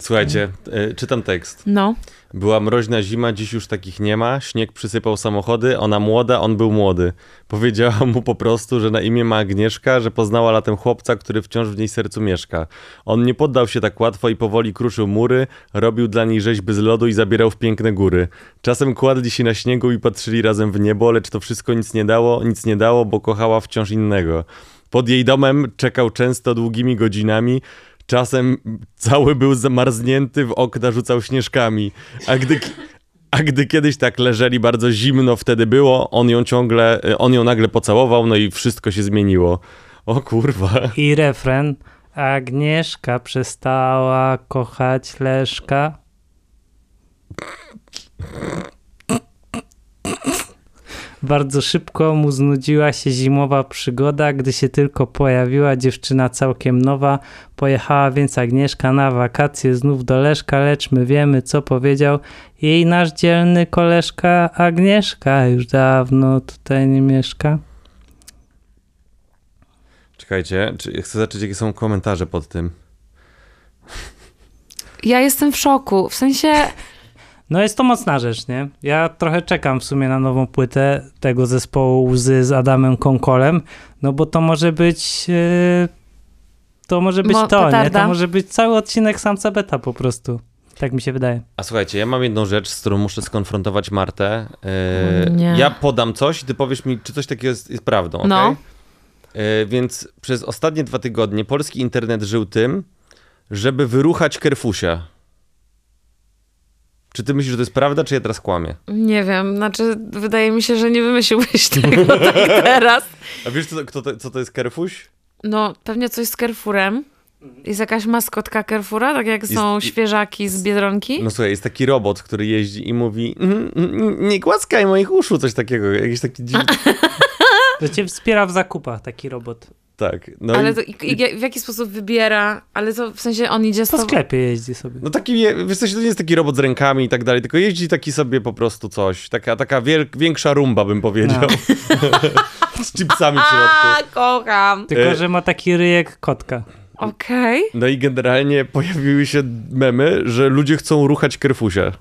C: Słuchajcie, y, czytam tekst.
D: No.
C: Była mroźna zima, dziś już takich nie ma. Śnieg przysypał samochody, ona młoda, on był młody. Powiedziała mu po prostu, że na imię ma Agnieszka, że poznała latem chłopca, który wciąż w niej sercu mieszka. On nie poddał się tak łatwo i powoli kruszył mury, robił dla niej rzeźby z lodu i zabierał w piękne góry. Czasem kładli się na śniegu i patrzyli razem w niebo, lecz to wszystko nic nie dało, nic nie dało, bo kochała wciąż innego. Pod jej domem czekał często długimi godzinami. Czasem cały był zamarznięty, w okna rzucał śnieżkami. A gdy, a gdy kiedyś tak leżeli bardzo zimno, wtedy było, on ją ciągle, y, on ją nagle pocałował, no i wszystko się zmieniło. O kurwa.
B: I refren. Agnieszka przestała kochać Leszka. Bardzo szybko mu znudziła się zimowa przygoda, gdy się tylko pojawiła dziewczyna całkiem nowa. Pojechała więc Agnieszka na wakacje znów do Leszka, lecz my wiemy, co powiedział jej nasz dzielny koleżka Agnieszka. Już dawno tutaj nie mieszka.
C: Czekajcie, czy, chcę zobaczyć, jakie są komentarze pod tym.
D: Ja jestem w szoku, w sensie...
B: No jest to mocna rzecz, nie? Ja trochę czekam w sumie na nową płytę tego zespołu Łzy z Adamem Konkolem, no bo to może być e, to może być
D: Mo-
B: to, nie?
D: petarda.
B: To może być cały odcinek Samca Beta po prostu. Tak mi się wydaje.
C: A słuchajcie, ja mam jedną rzecz, z którą muszę skonfrontować Martę.
D: O
C: Yy,
D: nie.
C: ja podam coś i ty powiesz mi, czy coś takiego jest, jest prawdą, okej?
D: No.
C: Yy, więc przez ostatnie dwa tygodnie polski internet żył tym, żeby wyruchać Kerfusia. Czy ty myślisz, że to jest prawda, czy ja teraz kłamię?
D: Nie wiem, znaczy wydaje mi się, że nie wymyśliłbyś tego tak teraz.
C: A wiesz, co, kto to, co to jest Kerfuś?
D: No, pewnie coś z Carrefourem. Jest jakaś maskotka Carrefoura, tak jak są
C: Jest- i-
D: świeżaki z Biedronki.
C: No słuchaj, jest taki robot, który jeździ i mówi "Mm, mm, nie głaskaj moich uszu, coś takiego. Jakiś taki dziwny...
B: To cię wspiera w zakupach taki robot.
C: Tak. No,
D: ale
C: i,
D: to, i, i, w jaki sposób wybiera, ale to w sensie on idzie z
B: Po
D: tobą-
B: sklepie jeździ sobie.
C: no taki, je- wiesz co, to nie jest taki robot z rękami i tak dalej, tylko jeździ taki sobie po prostu coś. Taka, taka wielk, większa rumba, bym
D: No.
C: powiedział. z chipsami w środku.
D: A, kocham.
B: Tylko,
C: Y-
B: że ma taki ryjek kotka.
D: Okej.
C: No i generalnie pojawiły się memy, że ludzie chcą ruchać Kerfusia.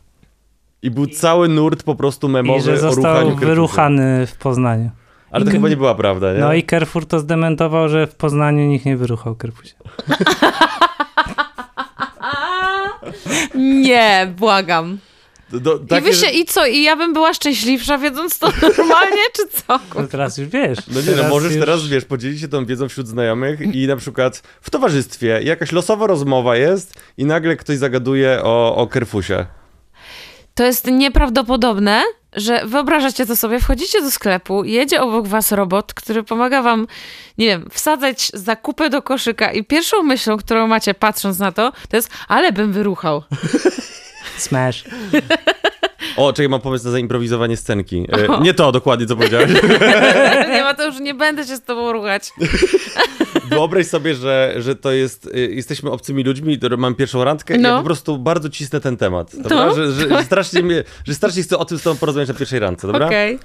C: I był cały nurt po prostu memowy
B: I że
C: o ruchaniu
B: został
C: Kerfusia.
B: wyruchany w Poznaniu.
C: Ale to chyba nie była prawda, nie?
B: No i Carrefour to zdementował, że w Poznaniu nikt nie wyruchał Kerfusia.
D: Nie, błagam.
C: Do,
D: I wy się, i co? I ja bym była szczęśliwsza, wiedząc to normalnie, czy co?
B: No teraz już wiesz.
C: No nie, no możesz teraz, wiesz, podzielić się tą wiedzą wśród znajomych i na przykład w towarzystwie jakaś losowa rozmowa jest i nagle ktoś zagaduje o, o Kerfusie.
D: To jest nieprawdopodobne, że wyobrażacie to sobie, wchodzicie do sklepu, jedzie obok was robot, który pomaga wam, nie wiem, wsadzać zakupy do koszyka i pierwszą myślą, którą macie patrząc na to, to jest, ale bym wyruchał.
B: Smash.
C: O, czekaj, mam pomysł na zaimprowizowanie scenki. E, nie to dokładnie, co powiedziałeś.
D: nie ma to już, nie będę się z tobą ruchać.
C: Wyobraź sobie, że, że to jest, y, jesteśmy obcymi ludźmi, do- mam pierwszą randkę i
D: No. Tak.
C: ja po prostu bardzo cisnę ten temat, dobra? Że, że, że, strasznie mnie, że strasznie chcę o tym z tobą porozmawiać na pierwszej randce, dobra?
D: Okej.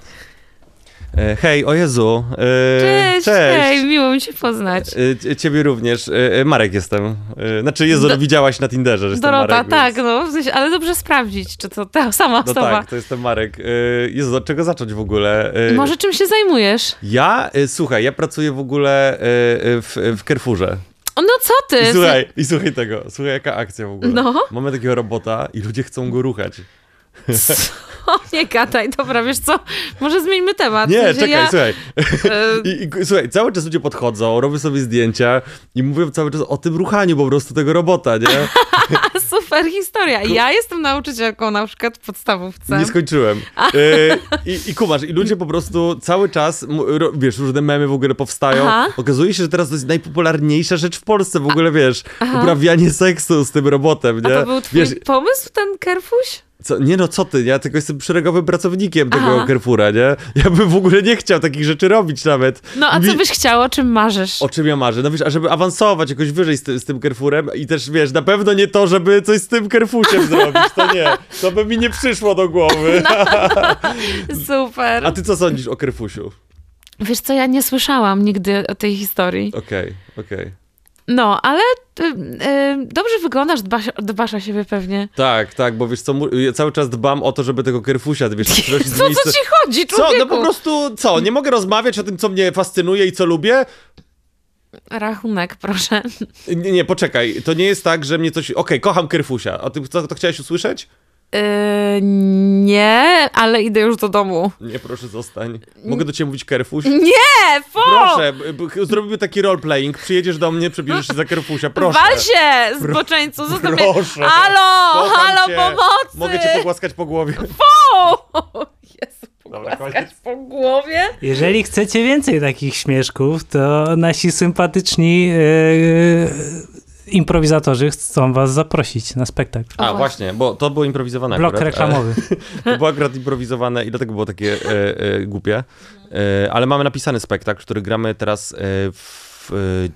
C: E, hej, o Jezu. e,
D: Cześć, hej, miło mi się poznać.
C: E, c- Ciebie również. E, e, Marek jestem. E, Znaczy, Jezu,
D: Do-
C: widziałaś na Tinderze, że jestem
D: Dorota,
C: Marek.
D: tak,
C: Więc...
D: no, w sensie, ale dobrze sprawdzić, czy to ta sama
C: No
D: osoba.
C: tak, to jestem Marek. E, Jezu, od czego zacząć w ogóle? E,
D: Może czym się zajmujesz?
C: Ja, e, słuchaj, ja pracuję w ogóle e, e, w, w Carrefourze.
D: O, no co ty?
C: I słuchaj, I słuchaj tego, słuchaj jaka akcja w ogóle.
D: No.
C: Mamy takiego robota i ludzie chcą go ruchać.
D: O, nie gadaj, dobra, wiesz co? Może zmieńmy temat.
C: Nie,
D: W sensie
C: czekaj,
D: ja,
C: słuchaj.
D: e,
C: I, i, słuchaj, cały czas ludzie podchodzą, robią sobie zdjęcia i mówią cały czas o tym ruchaniu po prostu tego robota, nie?
D: Super historia. Ja jestem nauczycielką na przykład w podstawówce.
C: Nie skończyłem. Y, i, I kumasz, i ludzie po prostu cały czas, m- ro, wiesz, różne memy w ogóle powstają.
D: Aha.
C: Okazuje się, że teraz to jest najpopularniejsza rzecz w Polsce w ogóle, wiesz, uprawianie seksu z tym robotem,
D: A
C: nie?
D: to był twój
C: wiesz,
D: pomysł, ten kerfuś?
C: co, nie no, co ty, ja tylko jestem szeregowym pracownikiem
D: Aha.
C: tego Carrefoura, nie? Ja bym w ogóle nie chciał takich rzeczy robić nawet.
D: No, a co
C: Mi-
D: byś chciał, o czym marzysz?
C: O czym ja marzę? No wiesz, a żeby awansować jakoś wyżej z, ty, z tym Kerfurem i też wiesz, na pewno nie to, żeby coś z tym Kerfusiem zrobić, to nie. To by mi nie przyszło do głowy.
D: No. Super.
C: A ty co sądzisz o Kerfusiu?
D: Wiesz co, ja nie słyszałam nigdy o tej historii.
C: Okej, okej.
D: No, ale y, y, dobrze wyglądasz, dbasz, dbasz o siebie pewnie.
C: Tak, tak, bo wiesz co, mu- ja cały czas dbam o to, żeby tego Kerfusia, wiesz, przynosić z
D: Co, co
C: miejsca...
D: ci chodzi,
C: Co?
D: człowieku?
C: No po prostu, co, nie mogę rozmawiać o tym, co mnie fascynuje i co lubię?
D: Rachunek, proszę.
C: Nie, nie poczekaj, to nie jest tak, że mnie coś... Okej, kocham Kerfusia, o tym, co to chciałeś usłyszeć?
D: Y, nie, ale idę już do domu.
C: Nie, proszę, zostań. Mogę do ciebie mówić Kerfuś?
D: No! Nie, fo!
C: Proszę, b- b- zrobimy taki roleplaying, przyjedziesz do mnie, przebierzesz się za Kerfusia, proszę.
D: Wal się, zboczeńcu, zostaw mnie.
C: proszę.
D: Halo,
C: Kocham
D: halo,
C: cię.
D: pomocy!
C: Mogę cię pogłaskać po głowie.
D: O, Jezu,
C: Dobra,
D: pogłaskać po głowie?
B: Jeżeli chcecie więcej takich śmieszków, to nasi sympatyczni e, improwizatorzy chcą was zaprosić na spektakl.
C: A,
D: właśnie.
C: właśnie, bo to było improwizowane
B: Blok
C: akurat, e. ale-
B: reklamowy.
C: To było akurat improwizowane i dlatego było takie e, e, głupie. E, ale mamy napisany spektakl, który gramy teraz e, w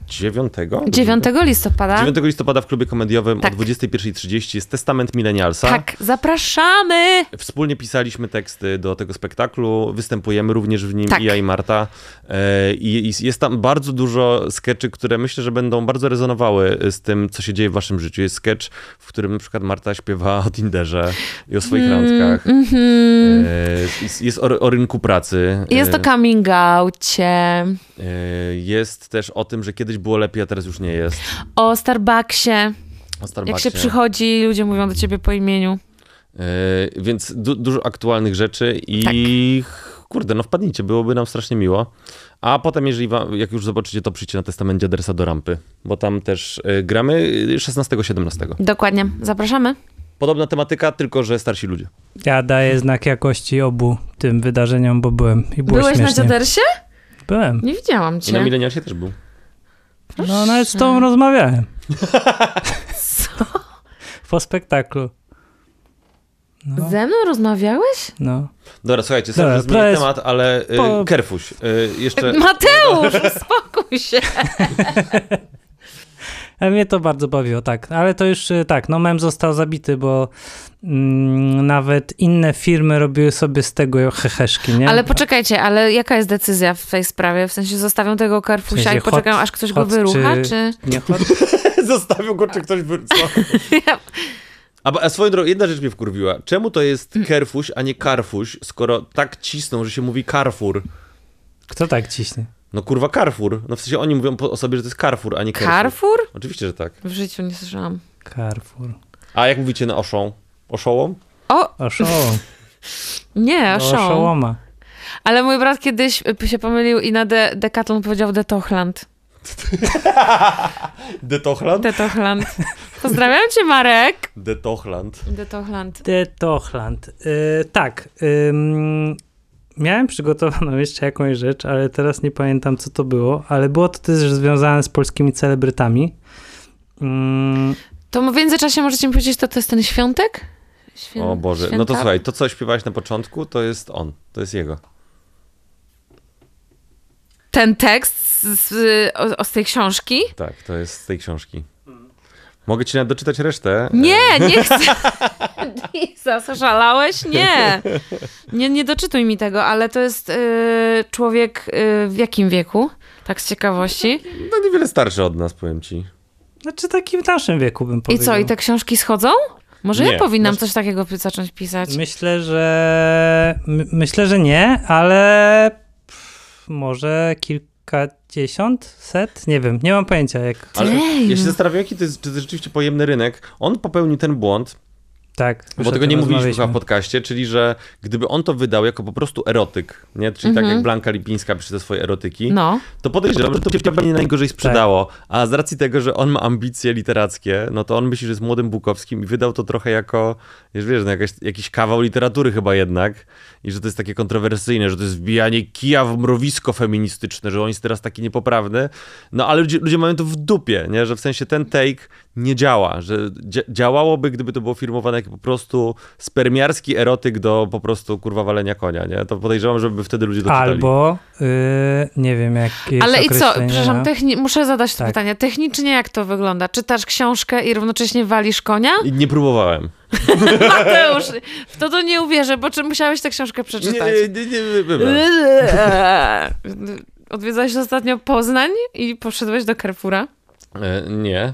C: e, 9?
D: 9 listopada.
C: 9 listopada w klubie komediowym
D: Tak.
C: o 21.30 jest Testament Milenialsa.
D: Tak, zapraszamy!
C: Wspólnie pisaliśmy teksty do tego spektaklu, występujemy również w nim
D: Tak.
C: i ja i Marta. E, I i jest tam bardzo dużo skeczy, które myślę, że będą bardzo rezonowały z tym, co się dzieje w waszym życiu. Jest sketch, w którym na przykład Marta śpiewa o Tinderze i o swoich
D: Mm,
C: randkach.
D: Mhm.
C: E, Jest, jest o, o rynku pracy. E,
D: Jest o coming outcie,
C: e, Jest też o tym, że kiedyś było lepiej, a teraz już nie jest.
D: o Starbucksie.
C: O Starbucksie.
D: Jak się przychodzi, ludzie mówią do ciebie po imieniu.
C: E, Więc du- dużo aktualnych rzeczy i kurde, no wpadnijcie, byłoby nam strasznie miło. A potem, jeżeli wam, jak już zobaczycie, to przyjdźcie na testament adresa do rampy, bo tam też e, gramy 16-17.
D: Dokładnie, zapraszamy.
C: Podobna tematyka, tylko że starsi ludzie.
B: Ja daję znak jakości obu tym wydarzeniom, bo byłem i było
D: Byłeś na
B: śmiesznie.
D: dziadersie?
B: byłem.
D: Nie widziałam
C: I na
D: cię.
C: milenialsie też był.
B: No nawet z tą rozmawiałem. Co? Po spektaklu. No,
D: Ze mną rozmawiałeś?
B: no.
C: Dobra, słuchajcie, sam
B: Dobra,
C: już zmienię
B: to jest-
C: temat, ale y,
B: po-
C: Kerfuś, y, jeszcze...
D: Mateusz, uspokój się.
B: A E, Mnie to bardzo bawiło, tak. Ale to już y, tak, no mem został zabity, bo mm, nawet inne firmy robiły sobie z tego heheszki, nie?
D: Ale poczekajcie, ale jaka jest decyzja w tej sprawie? W sensie zostawią tego
B: W
D: karfusia
B: sensie
D: i poczekają,
B: hot-
D: aż ktoś go
B: hot
D: wyrucha,
B: czy-
D: czy...
B: Nie, chodź.
C: Zostawił go, czy ktoś wyrzucał. A, bo- a swoją drogą, jedna rzecz mnie wkurwiła. Czemu to jest Kerfuś, a nie Karfuś, skoro tak cisną, że się mówi Carrefour?
B: Kto tak ciśnie?
C: No kurwa Carrefour. No w sensie oni mówią po- o sobie, że to jest Carrefour, a nie Kerfuś.
D: Carrefour?
C: Oczywiście, że tak.
D: W życiu nie słyszałam.
B: Carrefour.
C: A jak mówicie na oszą? Oszołom?
D: O,
B: Oszołom.
D: nie,
B: No,
D: szą.
B: Oszołoma.
D: Ale mój brat kiedyś y, się pomylił i na de Decathlon powiedział Detochland.
C: Detochland?
D: Detochland. Pozdrawiam cię, Marek.
C: Detochland.
D: Detochland.
B: Detochland. Y, tak. ym, miałem przygotowaną jeszcze jakąś rzecz, ale teraz nie pamiętam, co to było, ale było to też związane z polskimi celebrytami. Ym,
D: To w międzyczasie możecie mi powiedzieć, to to jest ten świątek? Świę-
C: O Boże, no to
D: święta?
C: słuchaj, to co śpiewałeś na początku, to jest on. To jest jego.
D: Ten tekst z, z, o, o, z tej książki?
C: Tak, to jest z tej książki. Mogę ci nawet doczytać resztę.
D: Nie, nie chcę. Jesus, oszalałeś? Nie. nie. Nie doczytuj mi tego, ale to jest y, człowiek y, w jakim wieku? Tak z ciekawości.
C: No niewiele starszy od nas, powiem ci.
B: znaczy takim w naszym wieku bym
D: I tak-
B: powiedział.
D: co, i te książki schodzą? Może
C: Nie,
D: ja powinnam
C: masz-
D: coś takiego py- zacząć pisać.
B: Myślę, że my, myślę, że nie, ale pff, może kilkadziesiąt, set, nie wiem, nie mam pojęcia jak.
C: Ale
D: Damn.
C: ja się zastanawiam, jaki to jest, czy to jest rzeczywiście pojemny rynek. On popełnił ten błąd,
B: Tak. już
C: bo
B: o
C: tego
B: tym
C: nie mówiliśmy
B: rozmawialiśmy.
C: chyba w podcaście, czyli że gdyby on to wydał jako po prostu erotyk, nie? czyli tak jak Blanka Lipińska pisze te swoje erotyki,
D: Mhm. No.
C: to podejrzewam, że to się pewnie najgorzej sprzedało. A z racji tego, że on ma ambicje literackie, no to on myśli, że jest młodym Bukowskim i wydał to trochę jako, wiesz, wiesz no jakaś, jakiś kawał literatury chyba jednak. I że to jest takie kontrowersyjne, że to jest wbijanie kija w mrowisko feministyczne, że on jest teraz taki niepoprawny. No ale ludzie, ludzie mają to w dupie, nie? że w sensie ten take nie działa, że dzia- działałoby, gdyby to było firmowane jako po prostu spermiarski erotyk do po prostu kurwa walenia konia, nie? To podejrzewam, żeby wtedy ludzie doczytali.
B: Albo y, nie wiem jak jest
D: Ale i co,
B: określenie
D: przepraszam,
B: na-
D: techni- muszę zadać to
B: Tak.
D: pytanie. Technicznie jak to wygląda? Czytasz książkę i równocześnie walisz konia?
C: I nie próbowałem.
D: Mateusz, w to to nie uwierzę, bo czy musiałeś tę książkę przeczytać? Y?
C: Nie, nie, nie, nie, nie, nie.
D: Eee. Odwiedzałeś ostatnio Poznań i poszedłeś do Carrefoura?
C: E, nie.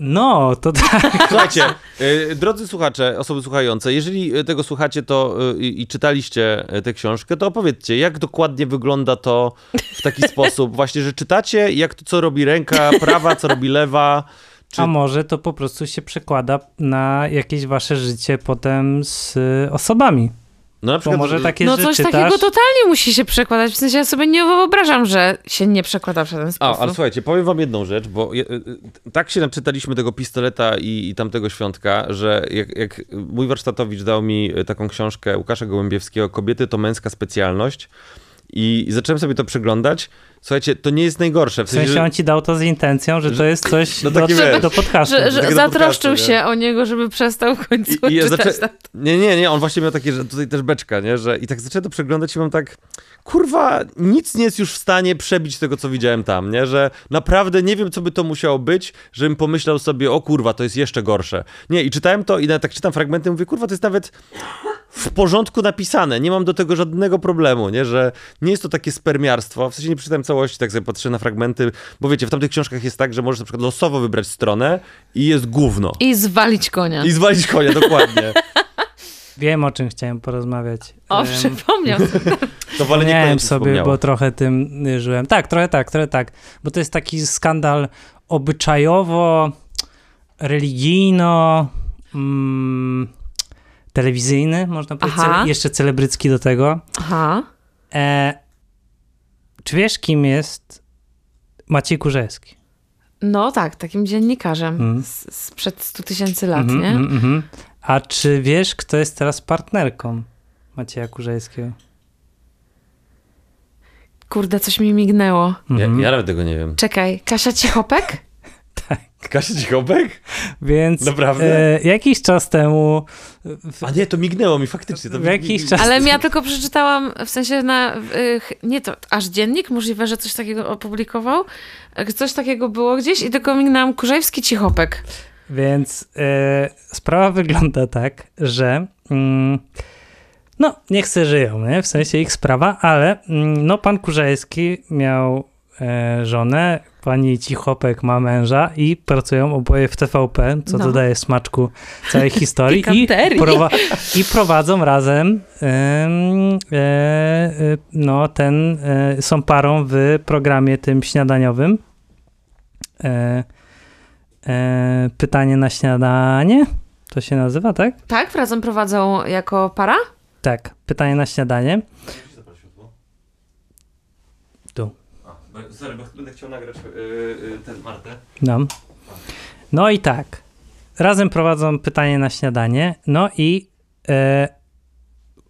B: No, to tak.
C: Słuchajcie, e, drodzy słuchacze, osoby słuchające, jeżeli e, tego słuchacie to e, i i czytaliście e, tę książkę, to opowiedzcie, jak dokładnie wygląda to w taki sposób, właśnie, że czytacie, jak to, co robi ręka prawa, co robi lewa, czy
B: A może to po prostu się przekłada na jakieś wasze życie potem z y, osobami.
C: no na
B: Bo
C: przykład
B: może tak takie
D: No
B: rzeczy
D: coś
B: czytasz.
D: takiego totalnie musi się przekładać. W sensie ja sobie nie wyobrażam, że się nie przekłada w żaden
C: A,
D: sposób.
C: ale słuchajcie, powiem wam jedną rzecz, bo je- y, y, tak się naczytaliśmy tego pistoleta i, i tamtego świątka, że jak, jak mój warsztatowicz dał mi y, taką książkę Łukasza Gołębiewskiego, Kobiety to męska specjalność i zacząłem sobie to przeglądać. Słuchajcie, to nie jest najgorsze. W
B: W sensie
C: że-
B: on ci dał to z intencją, że to jest coś
C: No
B: do,
C: takie wiesz.
B: do podcastu.
D: Że,
C: Takiego
D: że
C: do podcastu,
D: zatroszczył
C: nie?
D: się o niego, żeby przestał w końcu
C: I, i ja
D: czytać.
C: zaczę... Nie, nie, nie, on właśnie miał takie, że tutaj też beczka, nie, że i tak zacząłem to przeglądać i mam tak, kurwa, nic nie jest już w stanie przebić tego, co widziałem tam, nie, że naprawdę nie wiem, co by to musiało być, żebym pomyślał sobie, o kurwa, to jest jeszcze gorsze. Nie, i czytałem to i nawet tak czytam fragmenty, mówię, kurwa, to jest nawet w porządku napisane, nie mam do tego żadnego problemu, nie, że nie jest to takie spermiarstwo, w sensie nie przeczytałem całości, tak sobie patrzę na fragmenty, bo wiecie, w tamtych książkach jest tak, że możesz na przykład losowo wybrać stronę i jest gówno.
D: I zwalić konia.
C: I zwalić konia, dokładnie.
B: Wiem, o czym chciałem porozmawiać.
D: O,
B: Em,
D: przypomniał. sobie.
C: To walenie
B: Miałem
C: konia ci
B: sobie,
C: wspomniało.
B: bo trochę tym y, żyłem. Tak, trochę tak, trochę tak. Bo to jest taki skandal obyczajowo, religijno, mm, telewizyjny, można powiedzieć.
D: Aha.
B: Jeszcze celebrycki do tego.
D: Aha.
B: E, czy wiesz, kim jest Maciej Kurzewski?
D: No tak, takim dziennikarzem
C: Hmm.
B: Mhm.
D: z, sprzed 100 tysięcy lat,
B: Mhm,
D: Tak, nie?
B: mhm, mhm. A czy wiesz, kto jest teraz partnerką Macieja Kurzewskiego?
D: Kurde, coś mi mignęło.
B: mhm.
C: Ja, ja nawet tego nie wiem.
D: Czekaj, Kasia Cichopek?
C: Kasia Cichobek?
B: Tak, Więc
C: Naprawdę?
B: e, jakiś czas temu, w,
C: A nie, to mignęło mi faktycznie. To
B: W jakiś
C: mi-
B: czas-
D: Ale ja tylko przeczytałam, w sensie na, y, ch- nie to, aż dziennik, możliwe, że coś takiego opublikował, Y, coś takiego było gdzieś i tylko mignęłam Kurzewski Cichopek.
B: więc e, sprawa wygląda tak, że mm, no, niech se żyją, nie? w sensie ich sprawa, ale mm, no, pan Kurzejski miał e, żonę, pani Cichopek ma męża i pracują oboje w TVP, co
D: No.
B: dodaje smaczku całej historii
D: Pikanterii.
B: i prowadzą razem em, e, e, no ten, e, są parą w programie tym śniadaniowym. E, e, pytanie na śniadanie? To się nazywa, tak?
D: Tak? Razem prowadzą jako para?
B: Tak, pytanie na śniadanie. Tu.
C: Sorry, bo będę chciał nagrać e, ten Martę.
B: No. no i tak. Razem prowadzą pytanie na śniadanie. No i e,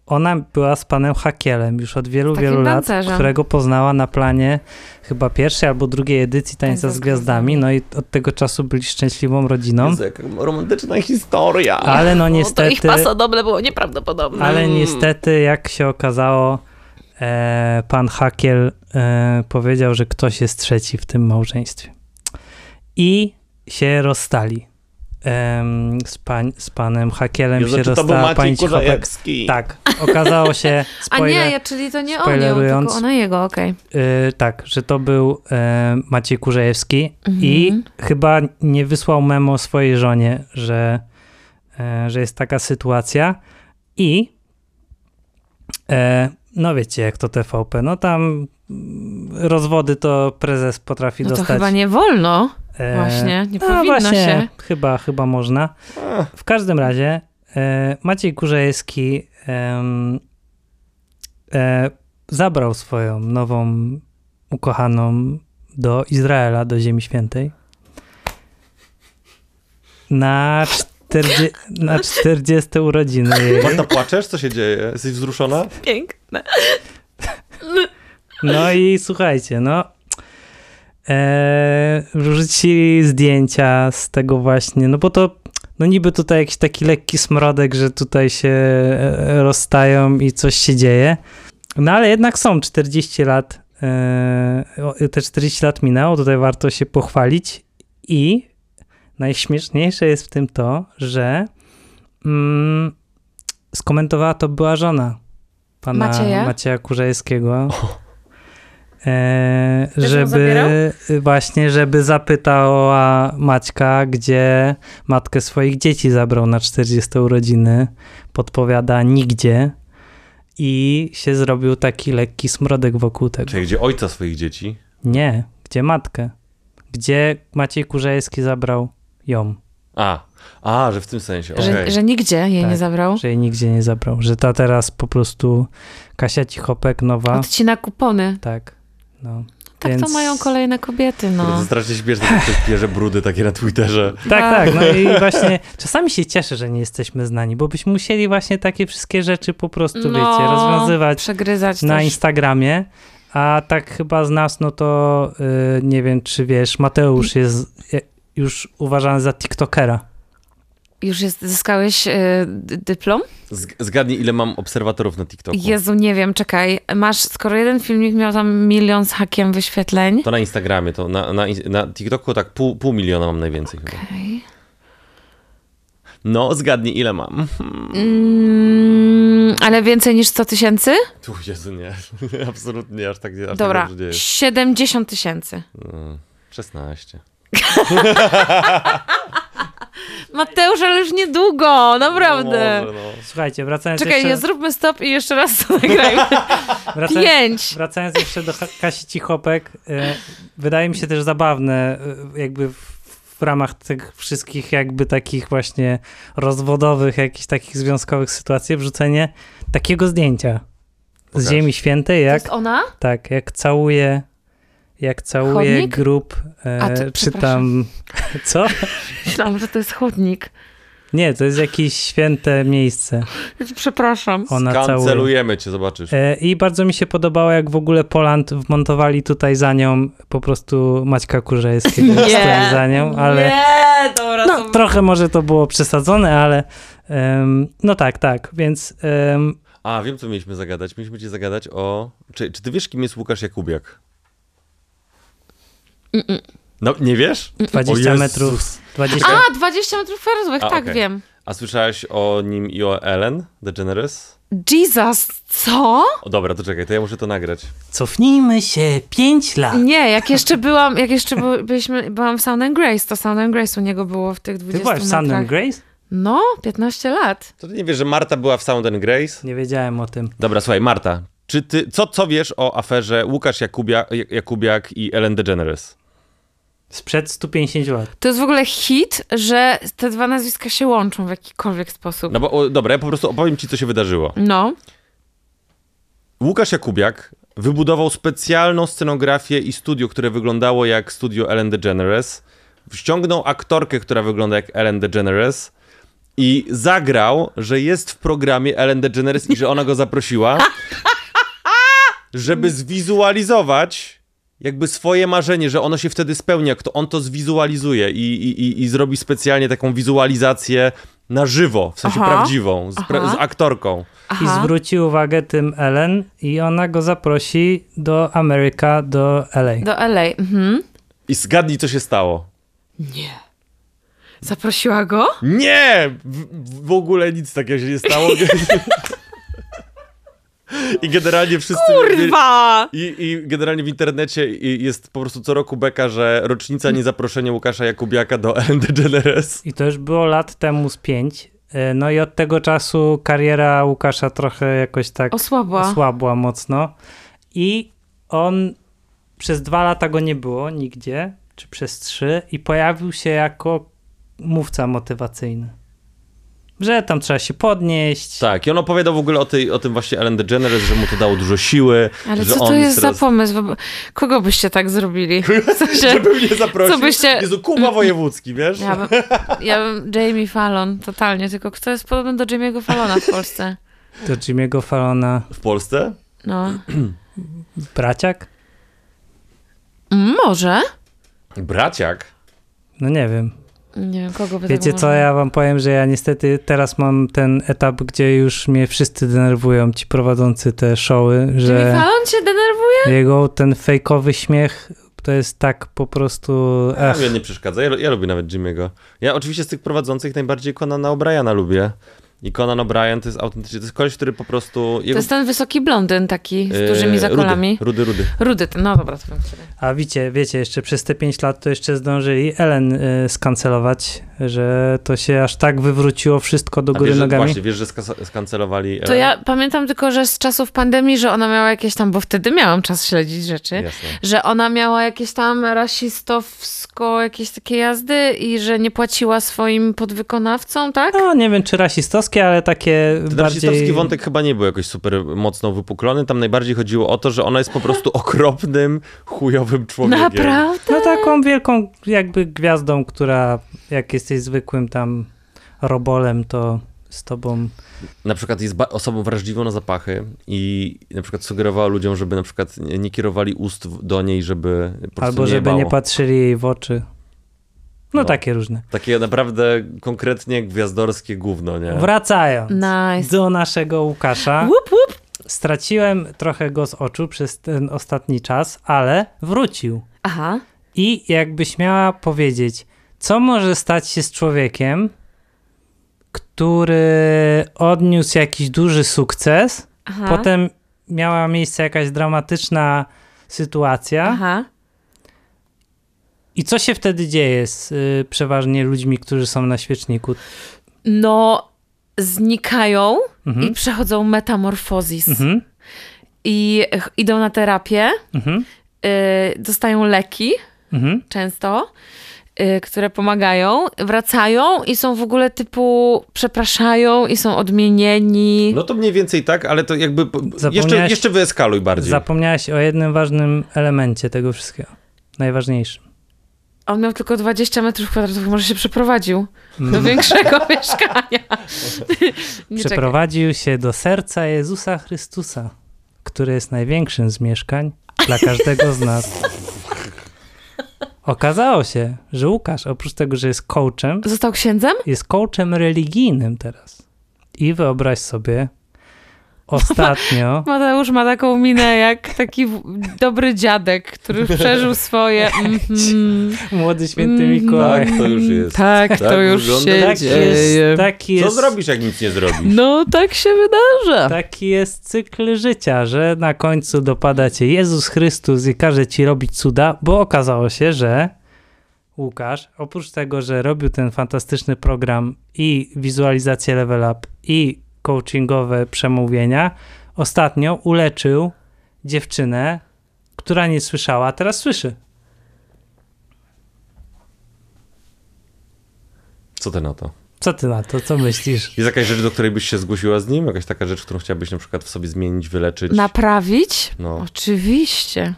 B: ona była z panem Hakielem już od wielu,
D: Takim
B: wielu lat,
D: tancerzem.
B: którego poznała na planie chyba pierwszej albo drugiej edycji Tańca z Gwiazdami. No i od tego czasu byli szczęśliwą rodziną.
C: Jezu, jaka romantyczna historia.
B: No. Ale no
D: No, to ich
B: niestety,
D: pasodoble było nieprawdopodobne. Mm.
B: ale niestety jak się okazało, e, pan Hakiel e, powiedział, że ktoś jest trzeci w tym małżeństwie. I się rozstali. Em, z, pań, z panem Hakielem
C: Jezu,
B: się
C: czy to był
B: rozstała
C: Maciej
B: pani Cichopek.
C: Kurzajewski?
B: Tak, okazało się,
D: A nie,
B: spoiler,
D: ja, czyli to nie on, ją,
B: spoilerując-
D: tylko ona jego, okej. No
B: y, tak, że to był e, Maciej Kurzejewski
D: Mhm.
B: i chyba nie wysłał memo swojej żonie, że, e, że jest taka sytuacja i e, no wiecie, jak to TVP, no tam mm, rozwody to prezes potrafi
D: No to
B: dostać.
D: chyba nie wolno.
B: E,
D: Właśnie, nie
B: no
D: powinno
B: właśnie,
D: się.
B: Chyba, chyba można. W każdym razie e, Maciej Kurzejewski em, e, zabrał swoją nową ukochaną do Izraela, do Ziemi Świętej. Na, czterdzie- na 40 urodziny jej.
C: Marta, płaczesz? Co się dzieje? Jesteś wzruszona?
D: Piękne.
B: No i słuchajcie, no. E, wrzucili zdjęcia z tego właśnie, no bo to no niby tutaj jakiś taki lekki smrodek, że tutaj się e, rozstają i coś się dzieje. No ale jednak są 40 lat, e, o, te 40 lat minęło, tutaj warto się pochwalić i najśmieszniejsze jest w tym to, że mm, skomentowała to była żona pana
D: Macieja?
B: Macieja Kurzejskiego. E,
D: ją
B: żeby
D: zabierał?
B: właśnie, żeby zapytała Maćka, gdzie matkę swoich dzieci zabrał na 40 urodziny. Podpowiada nigdzie. I się zrobił taki lekki smrodek wokół tego.
C: Czyli gdzie ojca swoich dzieci?
B: Nie, gdzie matkę? Gdzie Maciej Kurzejski zabrał ją?
C: A, a, że w tym sensie, okej.
D: Że, że nigdzie jej
B: Tak.
D: nie zabrał.
B: Że jej nigdzie nie zabrał. Że ta teraz po prostu Kasia Cichopek nowa.
D: Odcina kupony.
B: Tak. No.
D: Tak
B: Więc...
D: to mają kolejne kobiety,
C: Kurde, To
D: no.
C: strasznie śmieszne, jak ktoś bierze brudy takie na Twitterze.
B: Tak,
D: Ba-
B: tak. No i właśnie czasami się cieszę, że nie jesteśmy znani, bo byśmy musieli właśnie takie wszystkie rzeczy po prostu, wiecie, rozwiązywać
D: Przegryzać
B: na
D: No, też.
B: Instagramie. A tak chyba z nas, no to y, nie wiem, czy wiesz, Mateusz jest y, już uważany za TikTokera.
D: Już jest, zyskałeś y, d- dyplom?
C: Z- Zgadnij, ile mam obserwatorów na TikToku.
D: Jezu, nie wiem, czekaj. Masz, skoro jeden filmik miał tam milion z hakiem wyświetleń.
C: To na Instagramie, to na, na, in- na TikToku tak pół, pół miliona mam najwięcej. chyba.
D: Okej.
C: No, zgadnij, ile mam. Hmm.
D: Mm, ale więcej niż 100 tysięcy?
C: Tu, Jezu, nie. Absolutnie, aż tak, aż
D: Dobra,
C: tak dobrze dzieje.
D: 70 tysięcy.
C: Mm, 16.
D: Mateusz, ale już niedługo, naprawdę.
C: No, może, no.
B: Słuchajcie, wracając
D: Czekaj,
B: jeszcze...
D: zróbmy stop i jeszcze raz to nagrajmy.
B: Wracając,
D: Pięć!
B: wracając jeszcze do Ha- Kasi Cichopek, e, wydaje mi się też zabawne, e, jakby w, w ramach tych wszystkich jakby takich właśnie rozwodowych, jakichś takich związkowych sytuacji, wrzucenie takiego zdjęcia z
C: Pokaż.
B: Ziemi Świętej,
D: To
B: jak,
D: jest ona?
B: tak, jak całuje, jak całuje
D: Chodnik?
B: grób, e,
D: A, to-
B: czy tam, co?
D: Myślałam, że to jest chodnik.
B: Nie, to jest jakieś święte miejsce.
D: Przepraszam.
B: Ona całuje.
C: Kancelujemy cię, zobaczysz.
B: E, I bardzo mi się podobało, jak w ogóle Poland wmontowali tutaj za nią po prostu Maćka Kurzejskiego w tle za nią, ale
D: Nie, dobra,
B: no,
D: to...
B: trochę może to było przesadzone, ale em, no tak, tak, więc em,
C: A, wiem, co mieliśmy zagadać. Mieliśmy cię zagadać o... Czy, czy ty wiesz, kim jest Łukasz Jakubiak? No, nie wiesz?
B: 20
C: O Jezus.
B: metrów, 20,
D: A, 20 metrów ferozłych,
C: A,
D: tak
C: okej.
D: wiem.
C: A słyszałeś o nim i o Ellen DeGeneres?
D: Jesus, co?
C: O, dobra, to czekaj, to ja muszę to nagrać.
B: cofnijmy się 5 lat.
D: Nie, jak jeszcze byłam, jak jeszcze by- byliśmy, byłam w Sound and Grace, to Sound and Grace u niego było w tych
B: Ty
D: 20
B: byłaś w Sound
D: metrach.
B: and Grace?
D: No, 15 lat.
C: To ty nie wiesz, że Marta była w Sound and Grace?
B: Nie wiedziałem o tym.
C: Dobra, słuchaj, Marta, czy ty... Co, co wiesz o aferze Łukasz Jakubia, Jakubiak i Ellen DeGeneres?
B: Sprzed 150 lat.
D: To jest w ogóle hit, że te dwa nazwiska się łączą w jakikolwiek sposób.
C: No bo, o, dobra, ja po prostu opowiem ci, co się wydarzyło.
D: No.
C: Łukasz Jakubiak wybudował specjalną scenografię i studio, które wyglądało jak studio Ellen DeGeneres. Wciągnął aktorkę, która wygląda jak Ellen DeGeneres i zagrał, że jest w programie Ellen DeGeneres i że ona go zaprosiła, żeby zwizualizować jakby swoje marzenie, że ono się wtedy spełnia, kto on to zwizualizuje i, i, i, i zrobi specjalnie taką wizualizację na żywo, w sensie
D: Aha.
C: prawdziwą, z, pra-
D: Aha.
C: z aktorką.
D: Aha.
B: I zwróci uwagę tym Ellen i ona go zaprosi do Ameryka, do LA.
D: Do LA. Mhm.
C: I zgadnij, co się stało.
D: Nie. Zaprosiła go?
C: Nie! W, w ogóle nic takiego się nie stało. I generalnie wszyscy.
D: Kurwa!
C: I, I generalnie w internecie i- jest po prostu co roku beka, że rocznica niezaproszenia Łukasza Jakubiaka do Ellen DeGeneres.
B: I to już było lat temu z 5. No i od tego czasu kariera Łukasza trochę jakoś tak
D: Osłabła.
B: osłabła mocno. I on przez dwa lata go nie było nigdzie, czy przez trzy, i pojawił się jako mówca motywacyjny. Że tam trzeba się podnieść.
C: Tak, i on opowiadał w ogóle o, tej, o tym właśnie Ellen DeGeneres, że mu to dało dużo siły.
D: Ale
C: że
D: co to
C: on
D: jest
C: teraz...
D: za pomysł? Wob- Kogo byście tak zrobili? W sensie,
C: Żeby mnie zaprosił.
D: Co byście-
C: Jezu, Kuba Wojewódzki, wiesz?
D: ja, bym, ja bym Jamie Fallon, totalnie. Tylko kto jest podobny do Jamie'ego Fallona w Polsce?
B: Do Jimmy'ego Fallona
C: W Polsce?
D: No.
B: braciak?
D: Mm, Może?
C: Braciak?
B: No nie wiem.
D: Nie wiem, kogo by tak
B: Wiecie co,
D: można-
B: ja wam powiem, że ja niestety teraz mam ten etap, gdzie już mnie wszyscy denerwują, ci prowadzący te showy, że...
D: Jimmy Fallon cię denerwuje?
B: Jego ten fejkowy śmiech to jest tak po prostu.
C: Ja,
B: Ach,
C: mnie nie przeszkadza, ja, lu- ja lubię nawet Jimmy'ego. Ja oczywiście z tych prowadzących najbardziej Conana O'Briana lubię. I Conan O'Brien to jest autentycznie, to jest koleś, który po prostu...
D: To
C: Jego,
D: jest ten wysoki blondyn taki,
C: e,
D: z dużymi zakolami. Rudy,
C: Rudy, rudy, rudy.
D: ten, no dobra, to wiem. który.
B: a wiecie, wiecie, jeszcze przez te 5 lat to jeszcze zdążyli Ellen y, skancelować, że to się aż tak wywróciło wszystko do
C: A
B: góry
C: wiesz, że,
B: nogami.
C: właśnie, wiesz, że skas- skancelowali...
D: To ja pamiętam tylko, że z czasów pandemii, że ona miała jakieś tam, bo wtedy miałam czas śledzić rzeczy,
C: e, Jasne.
D: że ona miała jakieś tam rasistowsko, jakieś takie jazdy i że nie płaciła swoim podwykonawcom, tak?
B: No nie wiem, czy rasistowskie, ale takie
C: Ten
B: bardziej.
C: rasistowski wątek chyba nie był jakoś super mocno wypuklony, tam najbardziej chodziło o to, że ona jest po prostu okropnym, chujowym człowiekiem.
D: Naprawdę?
B: No taką wielką jakby gwiazdą, która jak jesteś zwykłym tam robolem, to z tobą.
C: na przykład jest ba- osobą wrażliwą na zapachy i na przykład sugerowała ludziom, żeby na przykład nie nie kierowali ust w- do niej, żeby po prostu
B: albo
C: nie
B: żeby nie
C: jebało.
B: patrzyli jej w oczy. No,
C: No.
B: takie różne.
C: Takie naprawdę konkretnie gwiazdorskie gówno, nie?
B: Wracając
D: Nice.
B: do naszego Łukasza.
D: Łup, łup.
B: Straciłem trochę go z oczu przez ten ostatni czas, ale wrócił.
D: Aha.
B: I jakbyś miała powiedzieć, co może stać się z człowiekiem, który odniósł jakiś duży sukces,
D: Aha.
B: potem miała miejsce jakaś dramatyczna sytuacja.
D: Aha.
B: I co się wtedy dzieje z y, przeważnie ludźmi, którzy są na świeczniku?
D: No, znikają
B: Mhm.
D: i przechodzą metamorfozis.
B: Mhm.
D: I ch- idą na terapię,
B: Mhm.
D: y, dostają leki
B: Mhm.
D: często, y, które pomagają, wracają i są w ogóle typu przepraszają i są odmienieni.
C: No to mniej więcej tak, ale to jakby... po- Jeszcze,
B: Zapomniałeś-
C: jeszcze wyeskaluj bardziej.
B: Zapomniałaś o jednym ważnym elemencie tego wszystkiego. Najważniejszym.
D: a on miał tylko 20 metrów kwadratowych, może się przeprowadził do większego mieszkania. Nie czekaj.
B: Przeprowadził się do serca Jezusa Chrystusa, który jest największym z mieszkań dla każdego z nas. Okazało się, że Łukasz, oprócz tego, że jest coachem,
D: Został księdzem?
B: jest coachem religijnym teraz. I wyobraź sobie, ostatnio
D: Mateusz ma taką minę jak taki w- dobry dziadek, który przeżył swoje. Mhm.
B: młody święty
D: Mm.
B: Mikołaj.
E: Tak, to już jest.
D: Tak, to
E: Tak
D: już
E: wygląda?
D: się
B: Tak
D: dzieje.
B: jest, taki
E: Co
B: jest,
E: zrobisz, jak nic nie zrobisz?
D: No, tak się wydarza.
B: taki jest cykl życia, że na końcu dopada cię Jezus Chrystus i każe ci robić cuda, bo okazało się, że Łukasz, oprócz tego, że robił ten fantastyczny program i wizualizację level up i coachingowe przemówienia, ostatnio uleczył dziewczynę, która nie słyszała, a teraz słyszy.
C: Co ty na to?
B: Co ty na to, co myślisz?
C: Jest jakaś rzecz, do której byś się zgłosiła z nim? Jakaś taka rzecz, którą chciałabyś na przykład w sobie zmienić, wyleczyć?
D: Naprawić?
C: No.
D: Oczywiście.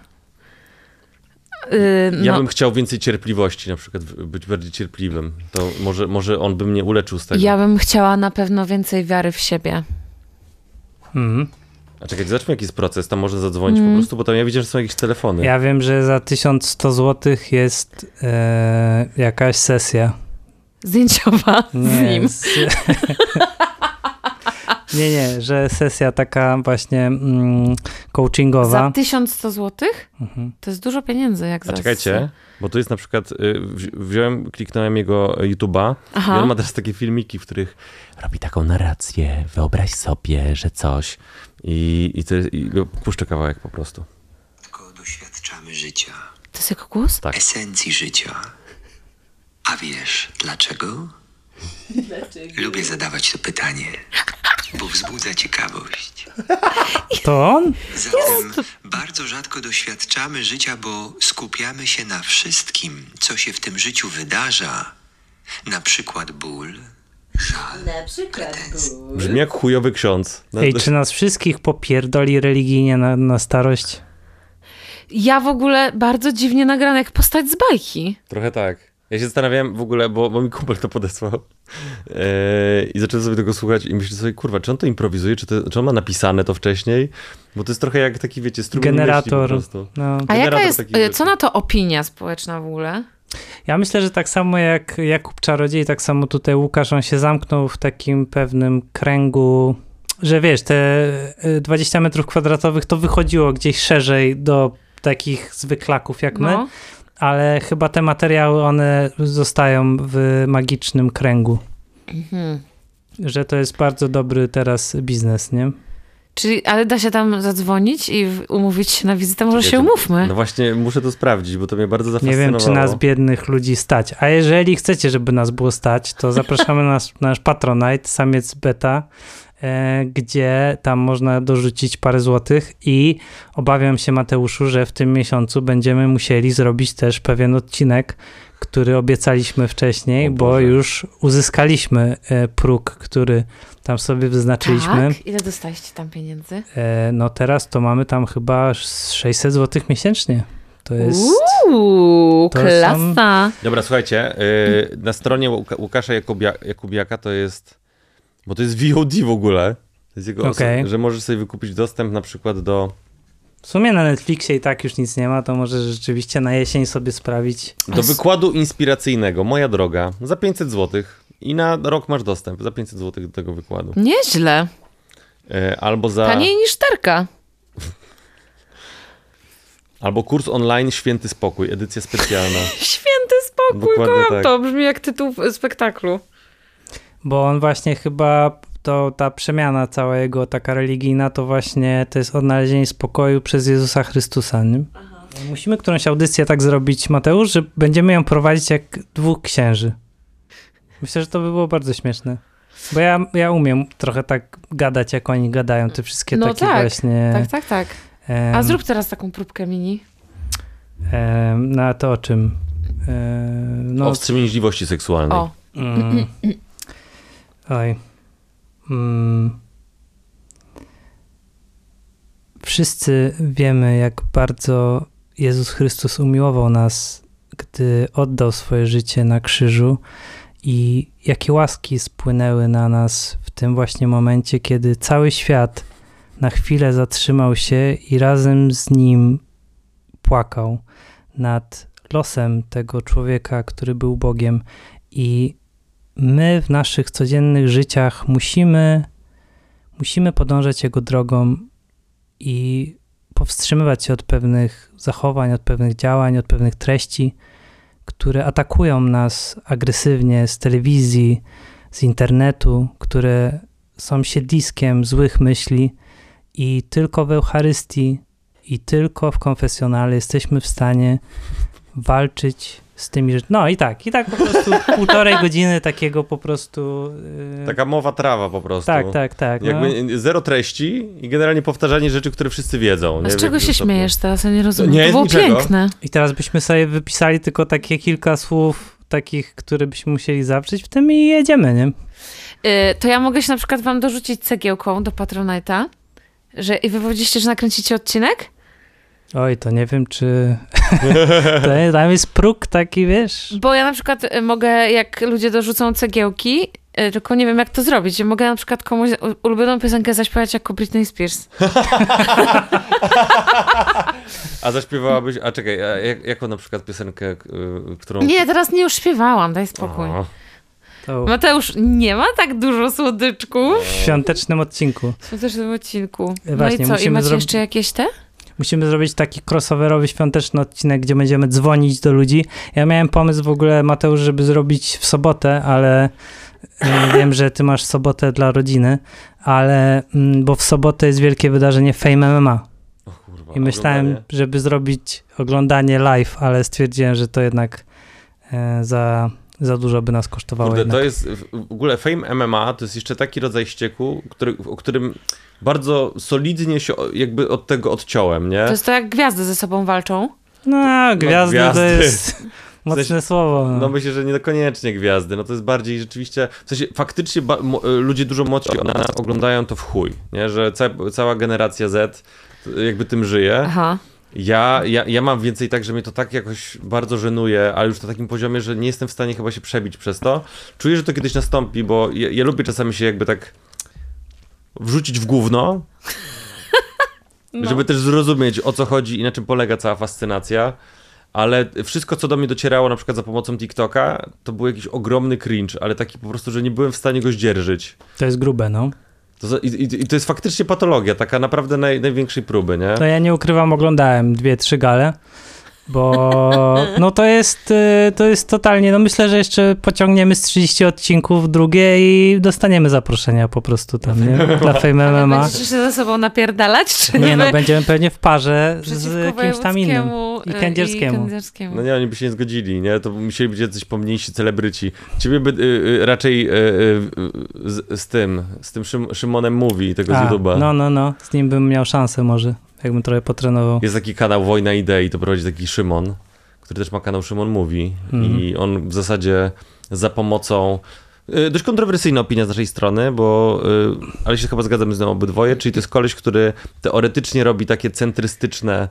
D: Yy,
C: Ja
D: no.
C: bym chciał więcej cierpliwości, na przykład w- być bardziej cierpliwym. To może, może on by mnie uleczył z tego.
D: Ja bym chciała na pewno więcej wiary w siebie.
B: Mhm.
C: A czekaj, zobaczmy jaki jest proces, tam można zadzwonić po prostu, bo tam ja widziałem, że są jakieś telefony.
B: Ja wiem, że za 1100 zł jest e, jakaś sesja.
D: Zdjęciowa z nim.
B: z- nie, nie, że sesja taka właśnie mm, coachingowa.
D: Za 1100 zł?
B: Mhm.
D: To jest dużo pieniędzy, jak
C: A
D: za-
C: czekajcie, bo tu jest na przykład, y, wzi- wziąłem, kliknąłem jego y, YouTube'a i
D: Aha.
C: on ma teraz takie filmiki, w których robi taką narrację, wyobraź sobie, że coś. I, i, to, i go puszczę kawałek po prostu.
F: Tylko doświadczamy życia,
D: To jest jego głos?
C: Tak.
F: esencji życia. A wiesz dlaczego? Lubię zadawać to pytanie, bo wzbudza ciekawość.
B: To on?
F: Zatem bardzo rzadko doświadczamy życia, bo skupiamy się na wszystkim, co się w tym życiu wydarza. Na przykład ból, żal,
C: Brzmi jak chujowy ksiądz. No,
B: Ej,
C: to-
B: czy nas wszystkich popierdoli religijnie na, na starość?
D: Ja w ogóle bardzo dziwnie nagrana, jak postać z bajki.
C: Trochę tak. Ja się zastanawiałem w ogóle, bo, bo mi kumpel to podesłał Eee, i zacząłem sobie tego słuchać i myślę sobie, kurwa, czy on to improwizuje, czy, to, czy on ma napisane to wcześniej? Bo to jest trochę jak taki, wiecie, strumień myśli po
B: Generator.
C: prostu.
B: No.
D: A
C: Generator
D: jaka jest,
C: takich
D: y,
C: rzeczy.
D: co na to opinia społeczna w ogóle?
B: Ja myślę, że tak samo jak Jakub Czarodziej, tak samo tutaj Łukasz, on się zamknął w takim pewnym kręgu, że wiesz, te y, 20 metrów kwadratowych to wychodziło gdzieś szerzej do takich zwyklaków jak my,
D: No.
B: ale chyba te materiały, one zostają w magicznym kręgu.
D: Mhm.
B: Że to jest bardzo dobry teraz biznes, nie?
D: Czyli, ale da się tam zadzwonić i w- umówić się na wizytę? Może
C: Czekaj,
D: się
C: to-
D: umówmy.
C: No właśnie, muszę to sprawdzić, bo to mnie bardzo
B: Nie
C: zafascynowało.
B: wiem, czy nas biednych ludzi stać. A jeżeli chcecie, żeby nas było stać, to zapraszamy na nasz, nasz Patronite, samiec beta, e, gdzie tam można dorzucić parę złotych i obawiam się, Mateuszu, że w tym miesiącu będziemy musieli zrobić też pewien odcinek, który obiecaliśmy wcześniej,
C: O
B: bo
C: Boże.
B: już uzyskaliśmy e, próg, który tam sobie wyznaczyliśmy.
D: Tak? Ile dostaliście tam pieniędzy?
B: E, no teraz to mamy tam chyba 600 złotych miesięcznie. To jest...
D: Uuu,
B: to są-
D: klasa.
C: Dobra, słuchajcie, y, na stronie Łuka- Łukasza Jakubia, Jakubiaka to jest, bo to jest VOD w ogóle, to jest jego
B: Okej.
C: oso- że możesz sobie wykupić dostęp na przykład do,
B: W sumie na Netflixie i tak już nic nie ma, to może rzeczywiście na jesień sobie sprawić.
C: do wykładu inspiracyjnego, moja droga, za 500 zł. I na rok masz dostęp za 500 zł do tego wykładu.
D: Nieźle.
C: E, Albo za.
D: Taniej niż terka.
C: Albo kurs online Święty Spokój, edycja specjalna.
D: Święty spokój,
C: Dokładnie
D: kocham
C: tak.
D: to. Brzmi jak tytuł spektaklu.
B: Bo on właśnie chyba, to ta przemiana cała jego, taka religijna, to właśnie to jest odnalezienie spokoju przez Jezusa Chrystusa, nie? Musimy którąś audycję tak zrobić, Mateusz, że będziemy ją prowadzić jak dwóch księży. Myślę, że to by było bardzo śmieszne. Bo ja, ja umiem trochę tak gadać, jak oni gadają, te wszystkie
D: No
B: takie
D: tak,
B: właśnie...
D: Tak, tak, tak. A
B: em,
D: zrób teraz taką próbkę mini.
B: em, No a to o czym? Em,
C: No. O
B: No,
C: wstrzemięźliwości seksualnej.
D: O,
B: Mm. Oj. Mm. Wszyscy wiemy, jak bardzo Jezus Chrystus umiłował nas, gdy oddał swoje życie na krzyżu i jakie łaski spłynęły na nas w tym właśnie momencie, kiedy cały świat na chwilę zatrzymał się i razem z nim płakał nad losem tego człowieka, który był Bogiem. I my w naszych codziennych życiach musimy, musimy podążać Jego drogą i powstrzymywać się od pewnych zachowań, od pewnych działań, od pewnych treści, które atakują nas agresywnie z telewizji, z internetu, które są siedliskiem złych myśli i tylko w Eucharystii i tylko w konfesjonale jesteśmy w stanie walczyć z tymi rzeczami. No i tak, i tak po prostu półtorej godziny takiego po prostu... yy,
C: Taka mowa trawa Tak po prostu.
B: tak, tak, tak. No.
C: Jakby zero treści i generalnie powtarzanie rzeczy, które wszyscy wiedzą.
D: A
C: nie?
D: z
C: W
D: czego
C: jakimś
D: się
C: stopniu.
D: śmiejesz teraz? Ja nie rozumiem.
C: nie
D: to
C: jest
D: było
C: niczego.
D: piękne.
B: I teraz byśmy sobie wypisali tylko takie kilka słów, takich, które byśmy musieli zawrzeć w tym i jedziemy, nie?
D: Y, to ja mogę się na przykład wam dorzucić cegiełką do Patronite'a, że i wy powiedzieliście, że nakręcicie odcinek?
B: Oj, to nie wiem, czy... to jest, tam jest próg taki, wiesz...
D: Bo ja na przykład y, mogę, jak ludzie dorzucą cegiełki, y, tylko nie wiem, jak to zrobić. Mogę na przykład komuś u- ulubioną piosenkę zaśpiewać jako Britney Spears.
C: A zaśpiewałabyś, a czekaj, a jak, jaką na przykład piosenkę, k- y, którą...
D: Nie, teraz nie już śpiewałam, daj spokój.
C: O,
B: To
D: Mateusz, nie ma tak dużo słodyczków
B: w świątecznym odcinku.
D: w tym odcinku. No
B: E, Właśnie,
D: i co, i
B: musimy
D: macie
B: zrobić-
D: jeszcze jakieś te?
B: Musimy zrobić taki crossoverowy świąteczny odcinek, gdzie będziemy dzwonić do ludzi. Ja miałem pomysł w ogóle, Mateusz, żeby zrobić w sobotę, ale e, wiem, że ty masz sobotę dla rodziny, ale mm, bo w sobotę jest wielkie wydarzenie Fame MMA
C: o kurwa,
B: i myślałem,
C: oglądanie.
B: żeby zrobić oglądanie live, ale stwierdziłem, że to jednak e, za, za dużo by nas kosztowało.
C: Kurde,
B: jednak.
C: to jest w w ogóle Fame MMA to jest jeszcze taki rodzaj ścieku, który, o którym bardzo solidnie się o- jakby od tego odciąłem,
B: Tak.
C: nie?
D: To jest to, jak gwiazdy ze sobą walczą.
B: No, gwiazdy, to
C: gwiazdy.
B: jest mocne
C: sensie-
B: słowo. No.
C: No myślę, że niekoniecznie gwiazdy, no to jest bardziej rzeczywiście, w sensie faktycznie ba- mo- y, ludzie dużo młodsi od nas oglądają to w chuj, nie? Że ca- cała generacja Z y, jakby tym żyje.
D: Aha.
C: Ja, ja, ja mam więcej tak, że mnie to tak jakoś bardzo żenuje, ale już na takim poziomie, że nie jestem w stanie chyba się przebić przez to. Czuję, że to kiedyś nastąpi, bo ja, ja lubię czasami się jakby tak wrzucić w gówno, żeby też zrozumieć o co chodzi i na czym polega cała fascynacja. Ale wszystko, co do mnie docierało na przykład za pomocą TikToka, to był jakiś ogromny cringe, ale taki po prostu, że nie byłem w stanie go zdzierżyć.
B: To jest grube, no.
C: To, za- i, i, I to jest faktycznie patologia, taka naprawdę naj, największej próby, nie?
B: No ja nie ukrywam, oglądałem dwie, trzy gale, bo no to jest, y, to jest totalnie, no myślę, że jeszcze pociągniemy z 30 odcinków drugie i dostaniemy zaproszenia po prostu tam, nie? Dla Fame MMA.
D: Będziecie się ze sobą napierdalać, czy nie?
B: Nie no,
D: Wy-
B: będziemy pewnie w parze
D: przeciwko
B: z kimś tam innym.
D: wojewódzkiemu,
B: I
D: y,
B: kędzierskiemu.
D: I kędzierskiemu.
C: No nie, oni by się nie zgodzili, nie? To musieli być jacyś pomniejsi celebryci. Ciebie by y, y, raczej y, y, y, z, z tym, z tym Szym, Szymonem Mówi, tego z
B: A,
C: YouTube'a.
B: no, no, no, z nim bym miał szansę może, jakbym trochę potrenował.
C: Jest taki kanał Wojna Idei, to prowadzi taki Szymon, który też ma kanał Szymon Mówi i on w zasadzie za pomocą y, Dość kontrowersyjna opinia z naszej strony, bo y, ale się chyba zgadzamy z nią obydwoje, czyli to jest koleś, który teoretycznie robi takie centrystyczne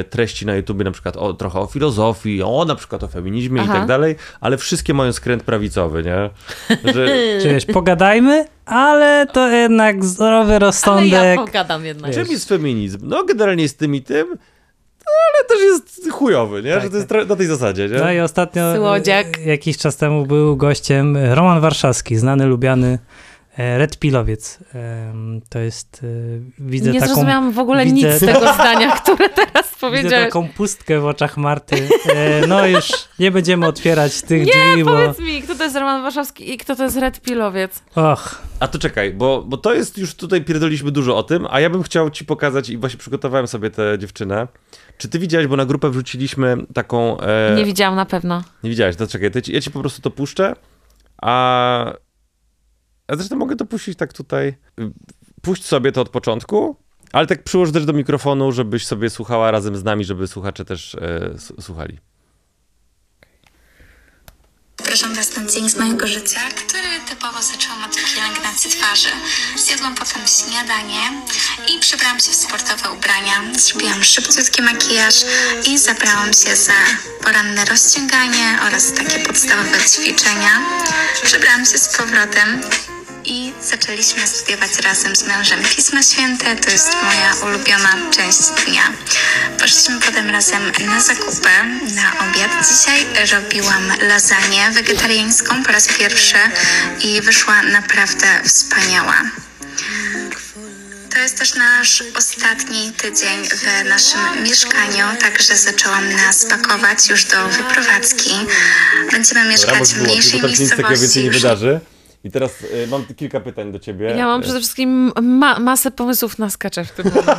C: y, treści na YouTubie, na przykład o, trochę o filozofii, o na przykład o feminizmie
D: Aha.
C: i tak dalej, ale wszystkie mają skręt prawicowy, nie? Że,
B: Czy wiesz, pogadajmy, ale to jednak zdrowy
D: Ale ja
B: rozsądek.
D: pogadam jednak.
C: Czym jest feminizm? No generalnie z tym i tym, ale też jest chujowy, nie? Że to jest tro- na tej zasadzie, nie?
B: No i ostatnio
D: Słodziak.
B: e, jakiś czas temu był gościem e, Roman Warszawski, znany, lubiany e, Red Pilowiec. Em, To jest, e, widzę
D: nie
B: taką...
D: zrozumiałam w ogóle
B: widzę-
D: nic z tego zdania, które teraz
B: Widzę
D: powiedziałeś.
B: taką pustkę w oczach Marty. E, No już nie będziemy otwierać tych drzwi, bo...
D: No Powiedz mi, kto to jest Roman Warszawski i kto to jest Red Pilowiec?
B: Och,
C: A to czekaj, bo, bo to jest już tutaj pierdoliśmy dużo o tym, a ja bym chciał ci pokazać i właśnie przygotowałem sobie tę dziewczynę. Czy ty widziałeś, bo na grupę wrzuciliśmy taką. E...
D: Nie widziałam na pewno.
C: nie widziałeś, to czekaj, to ja ci, ja ci po prostu to puszczę, a. A zresztą mogę to puścić tak tutaj. Puść sobie to od początku, ale tak przyłóż też do mikrofonu, żebyś sobie słuchała razem z nami, żeby słuchacze też e, s- słuchali.
E: Zapraszam Was na dzień z mojego życia, który typowo zacząłam od pielęgnacji twarzy. Zjadłam potem śniadanie i przebrałam się w sportowe ubrania, zrobiłam szybciutki makijaż i zabrałam się za poranne rozciąganie oraz takie podstawowe ćwiczenia. Przebrałam się z powrotem i zaczęliśmy studiować razem z mężem Pismo Święte, to jest moja ulubiona część dnia. Poszliśmy potem razem na zakupy, na obiad. Dzisiaj robiłam lasagne wegetariańską po raz pierwszy i wyszła naprawdę wspaniała. To jest też nasz ostatni tydzień w naszym mieszkaniu, także zaczęłam nas pakować już do wyprowadzki. Będziemy mieszkać
C: Ramos
E: w
C: było,
E: mniejszej
C: bo tam się nic takiego
E: miejscowości.
C: więcej nie
E: już
C: wydarzy. I teraz y, mam kilka pytań do ciebie.
B: E.
D: Ja mam
C: Y,
D: przede wszystkim ma- masę pomysłów na skacze w tym momencie.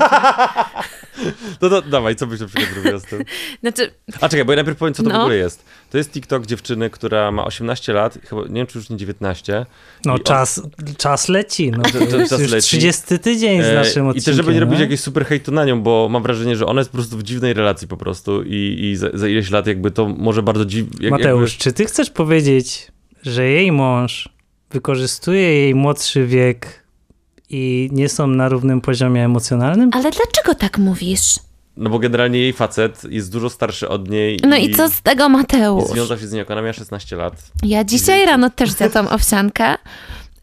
C: No to dawaj, co byś na przykład zrobiła z tym?
D: Znaczy,
C: A czekaj, bo ja najpierw powiem, co to w
D: No.
C: ogóle jest. To jest TikTok dziewczyny, która ma 18 lat, chyba, nie wiem, czy już nie 19. I
B: No
C: on-
B: czas, czas leci, no to
C: Czas-
B: jest
C: czas
B: już
C: leci.
B: 30 tydzień z
C: E,
B: naszym odcinkiem.
C: I też, żeby nie robić
B: no.
C: jakiegoś super hejtu na nią, bo mam wrażenie, że ona jest po prostu w dziwnej relacji po prostu i, i za, za ileś lat jakby to może bardzo dziwnie... Jak,
B: Mateusz, czy ty chcesz powiedzieć, że jej mąż wykorzystuje jej młodszy wiek i nie są na równym poziomie emocjonalnym?
D: ale dlaczego tak mówisz?
C: Jakby, no bo generalnie jej facet jest dużo starszy od niej.
D: No i co z tego,
C: i
D: Mateusz?
C: Związał się z nią, jak ona miała 16 lat.
D: Ja dzisiaj rano też zjadłam owsiankę.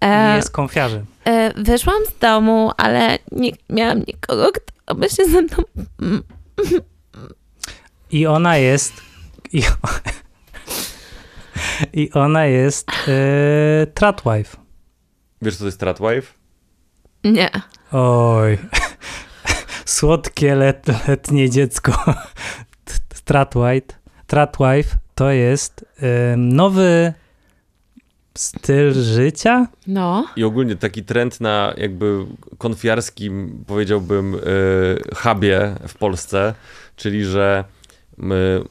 B: Nie
D: E,
B: jest kąfiarzem.
D: e, wyszłam z domu, ale nie miałam nikogo, kto by się ze mną... Mm.
B: I ona jest... I, i ona jest e, tratwife.
C: Wiesz, co to jest Tratwife?
D: Nie.
B: Oj. Słodkie let, letnie dziecko. Tratwife. Tratwife to jest em, nowy styl życia.
D: No.
C: I ogólnie taki trend na jakby konfiarskim, powiedziałbym, y, hubie w Polsce, czyli że y,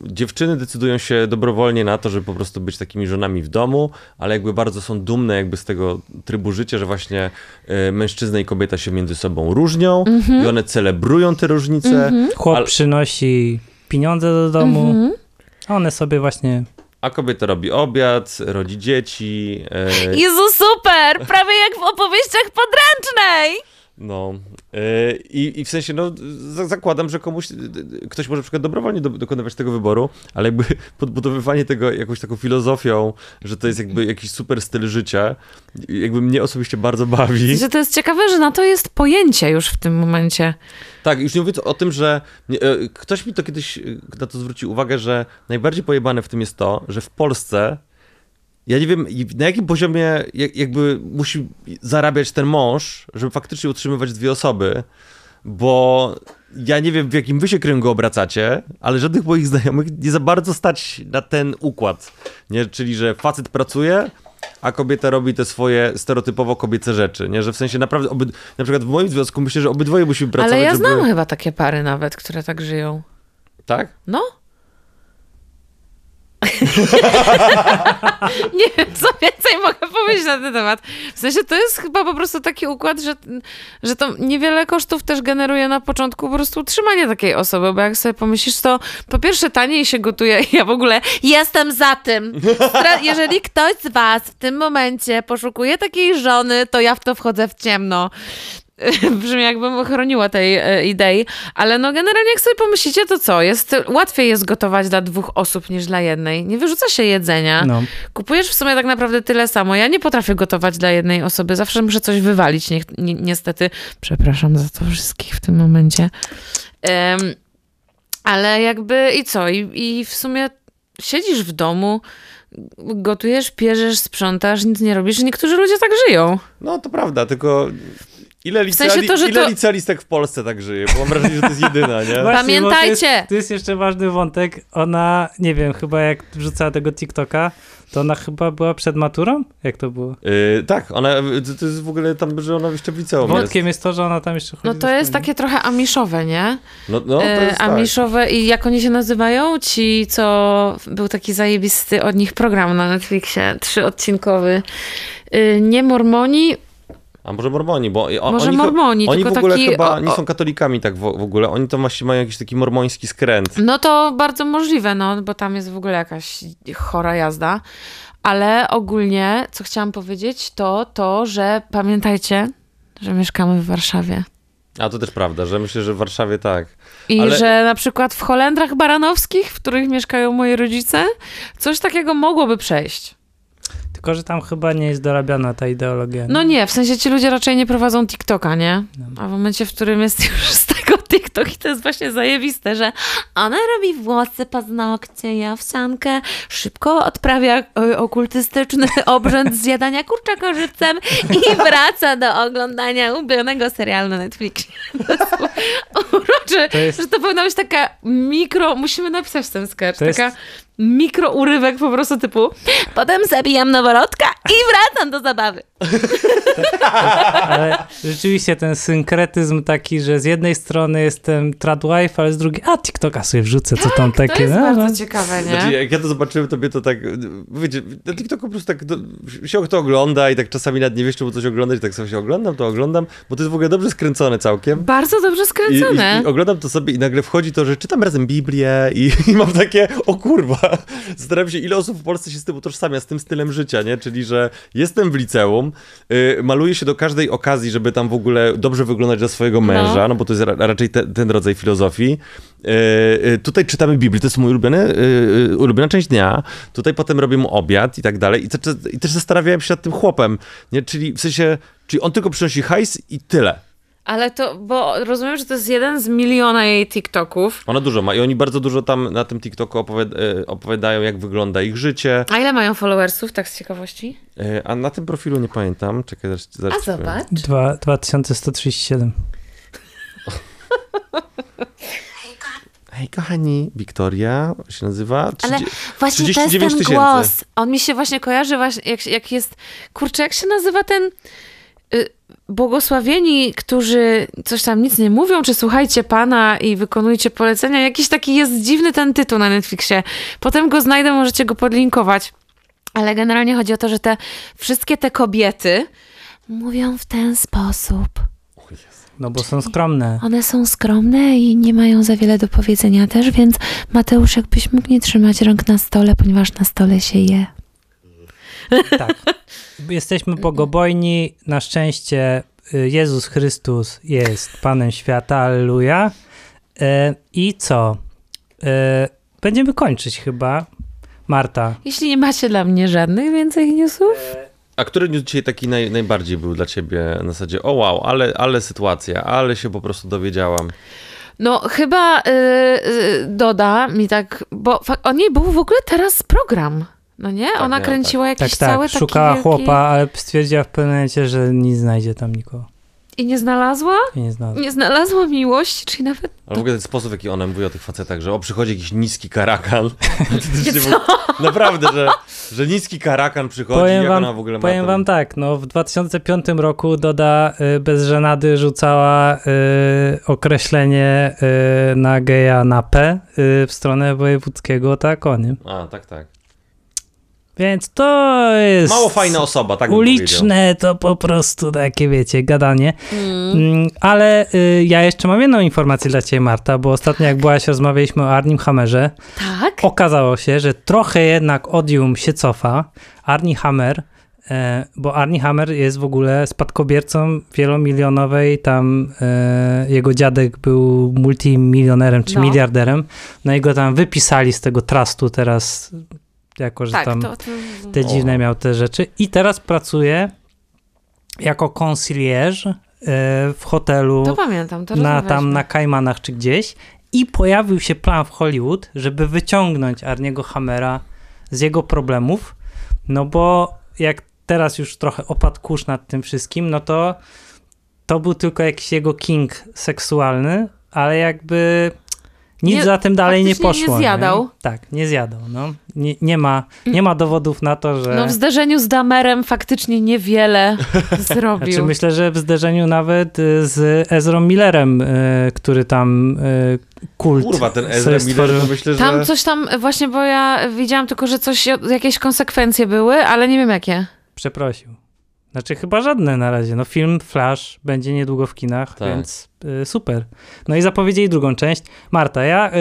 C: dziewczyny decydują się dobrowolnie na to, żeby po prostu być takimi żonami w domu, ale jakby bardzo są dumne jakby z tego trybu życia, że właśnie y, mężczyzna i kobieta się między sobą różnią i one celebrują te różnice,
B: Chłop
C: Ale-
B: przynosi pieniądze do domu,
D: Mhm.
B: a one sobie właśnie...
C: a kobieta robi obiad, rodzi dzieci, y,
D: Jezu, super! Prawie jak w opowieściach podręcznej!
C: No. Yy, I, I w sensie, no, za- zakładam, że komuś, y, y, ktoś może na przykład dobrowolnie do, dokonywać tego wyboru, ale jakby podbudowywanie tego jakąś taką filozofią, że to jest jakby jakiś super styl życia, y, jakby mnie osobiście bardzo bawi.
D: Że to jest ciekawe, że na to jest pojęcie już w tym momencie.
C: Tak, już nie mówiąc o tym, że nie, e, ktoś mi to kiedyś e, na to zwrócił uwagę, że najbardziej pojebane w tym jest to, że w Polsce ja nie wiem i- na jakim poziomie jak, jakby musi zarabiać ten mąż, żeby faktycznie utrzymywać dwie osoby, bo ja nie wiem w jakim wy się kręgu obracacie, ale żadnych moich znajomych nie za bardzo stać na ten układ, nie? czyli że facet pracuje, a kobieta robi te swoje stereotypowo kobiece rzeczy, nie? że w sensie naprawdę, obyd- na przykład w moim związku myślę, że obydwoje musimy pracować,
D: Ale ja
C: żeby...
D: znam chyba takie pary nawet, które tak żyją.
C: Tak?
D: No. Nie wiem, co więcej mogę powiedzieć na ten temat. W sensie to jest chyba po prostu taki układ, że, że to niewiele kosztów też generuje na początku po prostu utrzymanie takiej osoby, bo jak sobie pomyślisz, to po pierwsze taniej się gotuje i ja w ogóle jestem za tym. Stra- Jeżeli ktoś z was w tym momencie poszukuje takiej żony, to ja w to wchodzę w ciemno. Brzmi jakbym chroniła tej e, idei, ale no generalnie jak sobie pomyślicie, to co? Jest, łatwiej jest gotować dla dwóch osób niż dla jednej. Nie wyrzuca się jedzenia.
B: No.
D: Kupujesz w sumie tak naprawdę tyle samo. Ja nie potrafię gotować dla jednej osoby. Zawsze muszę coś wywalić, niech- ni- niestety. Przepraszam za to wszystkich w tym momencie. Em, ale jakby i co? I, I w sumie siedzisz w domu, gotujesz, pierzesz, sprzątasz, nic nie robisz. Niektórzy ludzie tak żyją.
C: No to prawda, tylko ile, liceali...
D: sensie to, że
C: ile
D: to-
C: licealistek w Polsce tak żyje? Bo mam wrażenie, że to jest jedyna, nie?
B: Właśnie, bo To
D: Pamiętajcie!
B: jest, to jest jeszcze ważny wątek. Ona, nie wiem, chyba jak wrzucała tego TikToka, to ona chyba była przed maturą? Jak to było?
C: Yy, tak, ona, to, to jest w ogóle tam, że ona jeszcze w liceum jest.
B: Wątkiem jest to, że ona tam jeszcze chodzi
D: No
B: do
D: to jest
B: szkoły.
D: takie trochę amiszowe, nie?
C: No, no to
D: E,
C: jest tak.
D: Amiszowe i jak oni się nazywają? Ci, co był taki zajebisty od nich program na Netflixie, trzyodcinkowy. Y, Nie Mormoni,
C: A może Mormoni, bo o-
D: Może
C: oni,
D: Mormoni,
C: oni
D: tylko
C: w ogóle
D: taki-
C: chyba
D: o-
C: nie
D: o-
C: są katolikami tak w, w ogóle, oni to właśnie mają jakiś taki mormoński skręt.
D: no to bardzo możliwe, no, bo tam jest w ogóle jakaś chora jazda. Ale ogólnie, co chciałam powiedzieć, to to, że pamiętajcie, że mieszkamy w Warszawie.
C: A to też prawda, że myślę, że w Warszawie tak.
D: I
C: Ale-
D: że na przykład w Holendrach Baranowskich, w których mieszkają moi rodzice, coś takiego mogłoby przejść.
B: Tylko, że tam chyba nie jest dorabiana ta ideologia.
D: No nie, w sensie ci ludzie raczej nie prowadzą TikToka, nie?
B: No.
D: A w momencie, w którym jest już z tego TikTok i to jest właśnie zajebiste, że ona robi włosy, paznokcie, jawsiankę, szybko odprawia e, okultystyczny obrzęd zjadania kurczaka żywcem i wraca do oglądania ulubionego serialu na Netflixie. To jest Uroczy,
B: To jest-
D: że to powinna być taka mikro, musimy napisać ten sketch,
B: To jest-
D: taka mikro urywek po prostu typu potem zabijam noworodka i wracam do zabawy.
B: Ale rzeczywiście ten synkretyzm taki, że z jednej strony jestem tradwife, ale z drugiej, a TikToka sobie wrzucę, co tam takie.
D: Tak, To jest
B: no, no.
D: bardzo ciekawe,
C: Znaczy,
D: nie?
C: jak ja to zobaczyłem, to mnie to tak, wiecie, na TikToku po prostu tak do, się to ogląda i tak czasami nad nie wiesz, czemu coś oglądać, tak sobie się oglądam, to oglądam, bo to jest w ogóle dobrze skręcone całkiem.
D: Bardzo dobrze
C: I,
D: skręcone.
C: i, I oglądam to sobie i nagle wchodzi to, że czytam razem Biblię i, i mam takie, o kurwa, zastanawiam się, ile osób w Polsce się z tym utożsamia, z tym stylem życia, nie? Czyli, że jestem w liceum, y, maluję się do każdej okazji, żeby tam w ogóle dobrze wyglądać dla swojego męża, no, bo to jest ra, raczej te, ten rodzaj filozofii. Y, y, tutaj czytamy Biblię, to jest mój ulubiony, y, y, ulubiona część dnia, tutaj potem robię mu obiad i tak dalej. I, te, te, I też zastanawiałem się nad tym chłopem, nie? Czyli w sensie, czyli on tylko przynosi hajs i tyle.
D: Ale to, bo rozumiem, że to jest jeden z miliona jej TikToków.
C: Ona dużo ma i oni bardzo dużo tam na tym TikToku opowiad- e, opowiadają, jak wygląda ich życie.
D: A ile mają followersów, tak z ciekawości?
C: E, A na tym profilu nie pamiętam. Czekaj, zaraz, zaraz
D: A
C: ci powiem.
D: zobacz.
B: Dwa- 2137.
C: Hej, kochani, Wiktoria się nazywa.
D: Ale
C: 30
D: właśnie to jest
C: 39
D: ten
C: 000.
D: głos. On mi się właśnie kojarzy, właśnie jak, jak jest... Kurczę, jak się nazywa ten... y, Błogosławieni, którzy coś tam nic nie mówią, czy słuchajcie Pana i wykonujcie polecenia. Jakiś taki jest dziwny ten tytuł na Netflixie. Potem go znajdę, możecie go podlinkować. Ale generalnie chodzi o to, że te wszystkie te kobiety mówią w ten sposób.
B: No bo są skromne.
D: One są skromne i nie mają za wiele do powiedzenia też, więc Mateusz, jakbyś mógł nie trzymać rąk na stole, ponieważ na stole się je.
B: Tak. Jesteśmy bogobojni. Na szczęście y, Jezus Chrystus jest Panem świata. Alleluja. E, I co? E, Będziemy kończyć chyba. Marta.
D: Jeśli nie macie dla mnie żadnych więcej newsów,
C: A który news dzisiaj taki naj, najbardziej był dla ciebie na zasadzie, o wow, ale, ale sytuacja, ale się po prostu dowiedziałam.
D: no chyba y, y, Doda mi tak, bo fa- o niej był w ogóle teraz program, no nie? Ona
C: miała,
D: kręciła
B: Tak,
D: jakiś cały
B: tak.
D: taki
B: Szukała
D: wielki...
B: chłopa, ale stwierdziła w pewnym momencie, że nie znajdzie tam nikogo.
D: I nie znalazła?
B: I nie znalazła.
D: Nie znalazła miłości, czyli nawet
C: Ale w ogóle ten sposób, w jaki ona mówi o tych facetach, że o, przychodzi jakiś niski karakan. Naprawdę, że, że niski karakan przychodzi,
B: Powiem
C: jak
B: wam,
C: ona w ogóle ma
B: powiem
C: ten-
B: wam tak, no w 2005 roku Doda y, bez żenady rzucała y, określenie y, na geja na P y, w stronę wojewódzkiego tak o nim.
C: A, tak, tak.
B: Więc to jest...
C: Mało fajna osoba, tak bym powiedział.
B: Uliczne to po prostu takie, wiecie, gadanie. Mm, ale y, ja jeszcze mam jedną informację dla ciebie, Marta, bo ostatnio jak byłaś, rozmawialiśmy o Arnim Hammerze.
D: tak.
B: Okazało się, że trochę jednak Odium się cofa. Arnie Hammer, e, bo Arnie Hammer jest w ogóle spadkobiercą wielomilionowej, tam e, jego dziadek był multimilionerem czy
D: No.
B: miliarderem, no i go tam wypisali z tego trustu teraz, jako że
D: tak,
B: tam
D: to, to...
B: te dziwne miał te rzeczy i teraz pracuje jako concierge e, w hotelu
D: To pamiętam, to
B: na,
D: rozmawialiśmy.
B: tam na Kajmanach czy gdzieś i pojawił się plan w Hollywood, żeby wyciągnąć Arniego Hammera z jego problemów, no bo jak teraz już trochę opadł kurz nad tym wszystkim, no to to był tylko jakiś jego king seksualny, ale jakby nic
D: Nie-
B: za tym dalej nie
D: faktycznie nie
B: poszło.
D: zjadał.
B: Tak, nie zjadał. No. Nie, nie, ma, nie ma dowodów na to, że...
D: No w zderzeniu z Damerem faktycznie niewiele zrobił.
B: Znaczy myślę, że w zderzeniu nawet y, z Ezrą Millerem, y, który tam y, kult
C: Kurwa, ten
B: sobie
C: Ezra Miller,
B: stworzył.
C: to myślę, że...
D: Tam coś tam, właśnie bo ja widziałam tylko, że coś, jakieś konsekwencje były, ale nie wiem jakie.
B: Przeprosił. Znaczy chyba żadne na razie. No film Flash będzie niedługo w kinach,
C: Tak.
B: więc y, super. No i zapowiedzieli drugą część. Marta, ja y,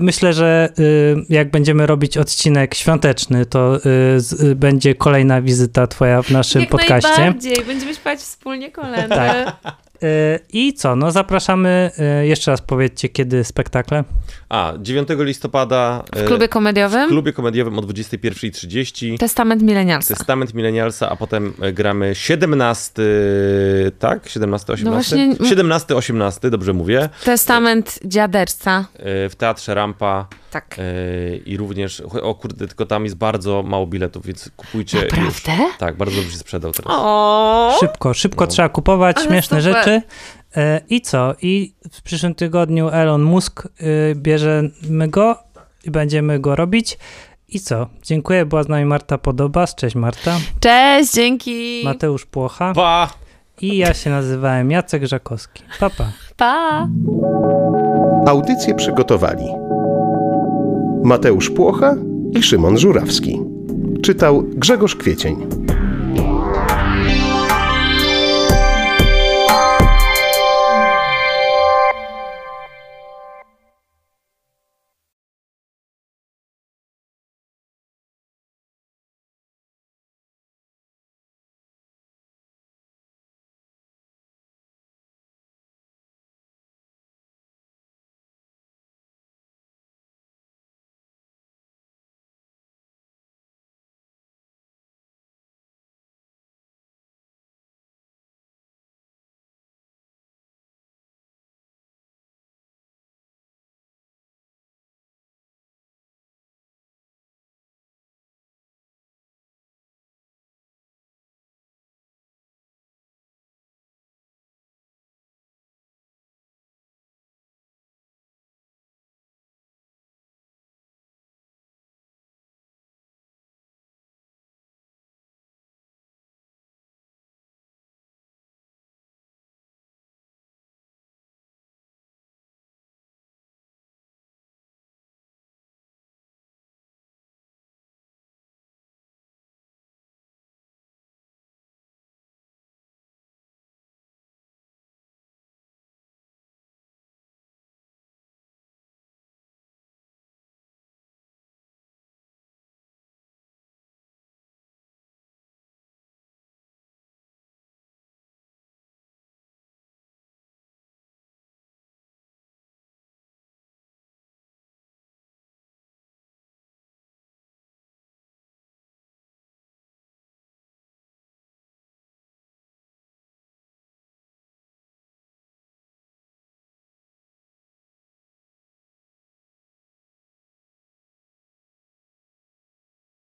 B: myślę, że y, jak będziemy robić odcinek świąteczny, to y, z, y, będzie kolejna wizyta twoja w naszym podcaście.
D: najbardziej. Będziemy śpiewać wspólnie kolędy.
B: Tak. E, I co? No zapraszamy. e, Jeszcze raz powiedzcie, kiedy spektakle.
C: A, 9 listopada e,
D: W klubie
C: w
D: komediowym
C: klubie komediowym o 21.30.
D: Testament Milenialsa.
C: Testament Milenialsa, a potem e, gramy 17, tak? 17, 18?
D: No właśnie-
C: 17, 18, dobrze mówię.
D: Testament Dziaderca.
C: E, W Teatrze Rampa
D: Tak.
C: e, i również, o kurde, tylko tam jest bardzo mało biletów, więc kupujcie
D: Naprawdę?
C: już. Tak, bardzo dobrze się sprzedał teraz.
D: O!
B: Szybko, szybko trzeba kupować
D: Ale
B: śmieszne
D: super.
B: rzeczy. E, I co? I w przyszłym tygodniu Elon Musk y, bierzemy go i będziemy go robić. I co? Dziękuję, była z nami Marta Podobas. Cześć Marta.
D: Cześć, dzięki.
B: Mateusz Płocha.
C: Pa!
B: I ja się nazywałem Jacek Żakowski. Pa, pa.
D: Pa!
A: Audycję przygotowali Mateusz Płocha i Szymon Żurawski. Czytał Grzegorz Kwiecień.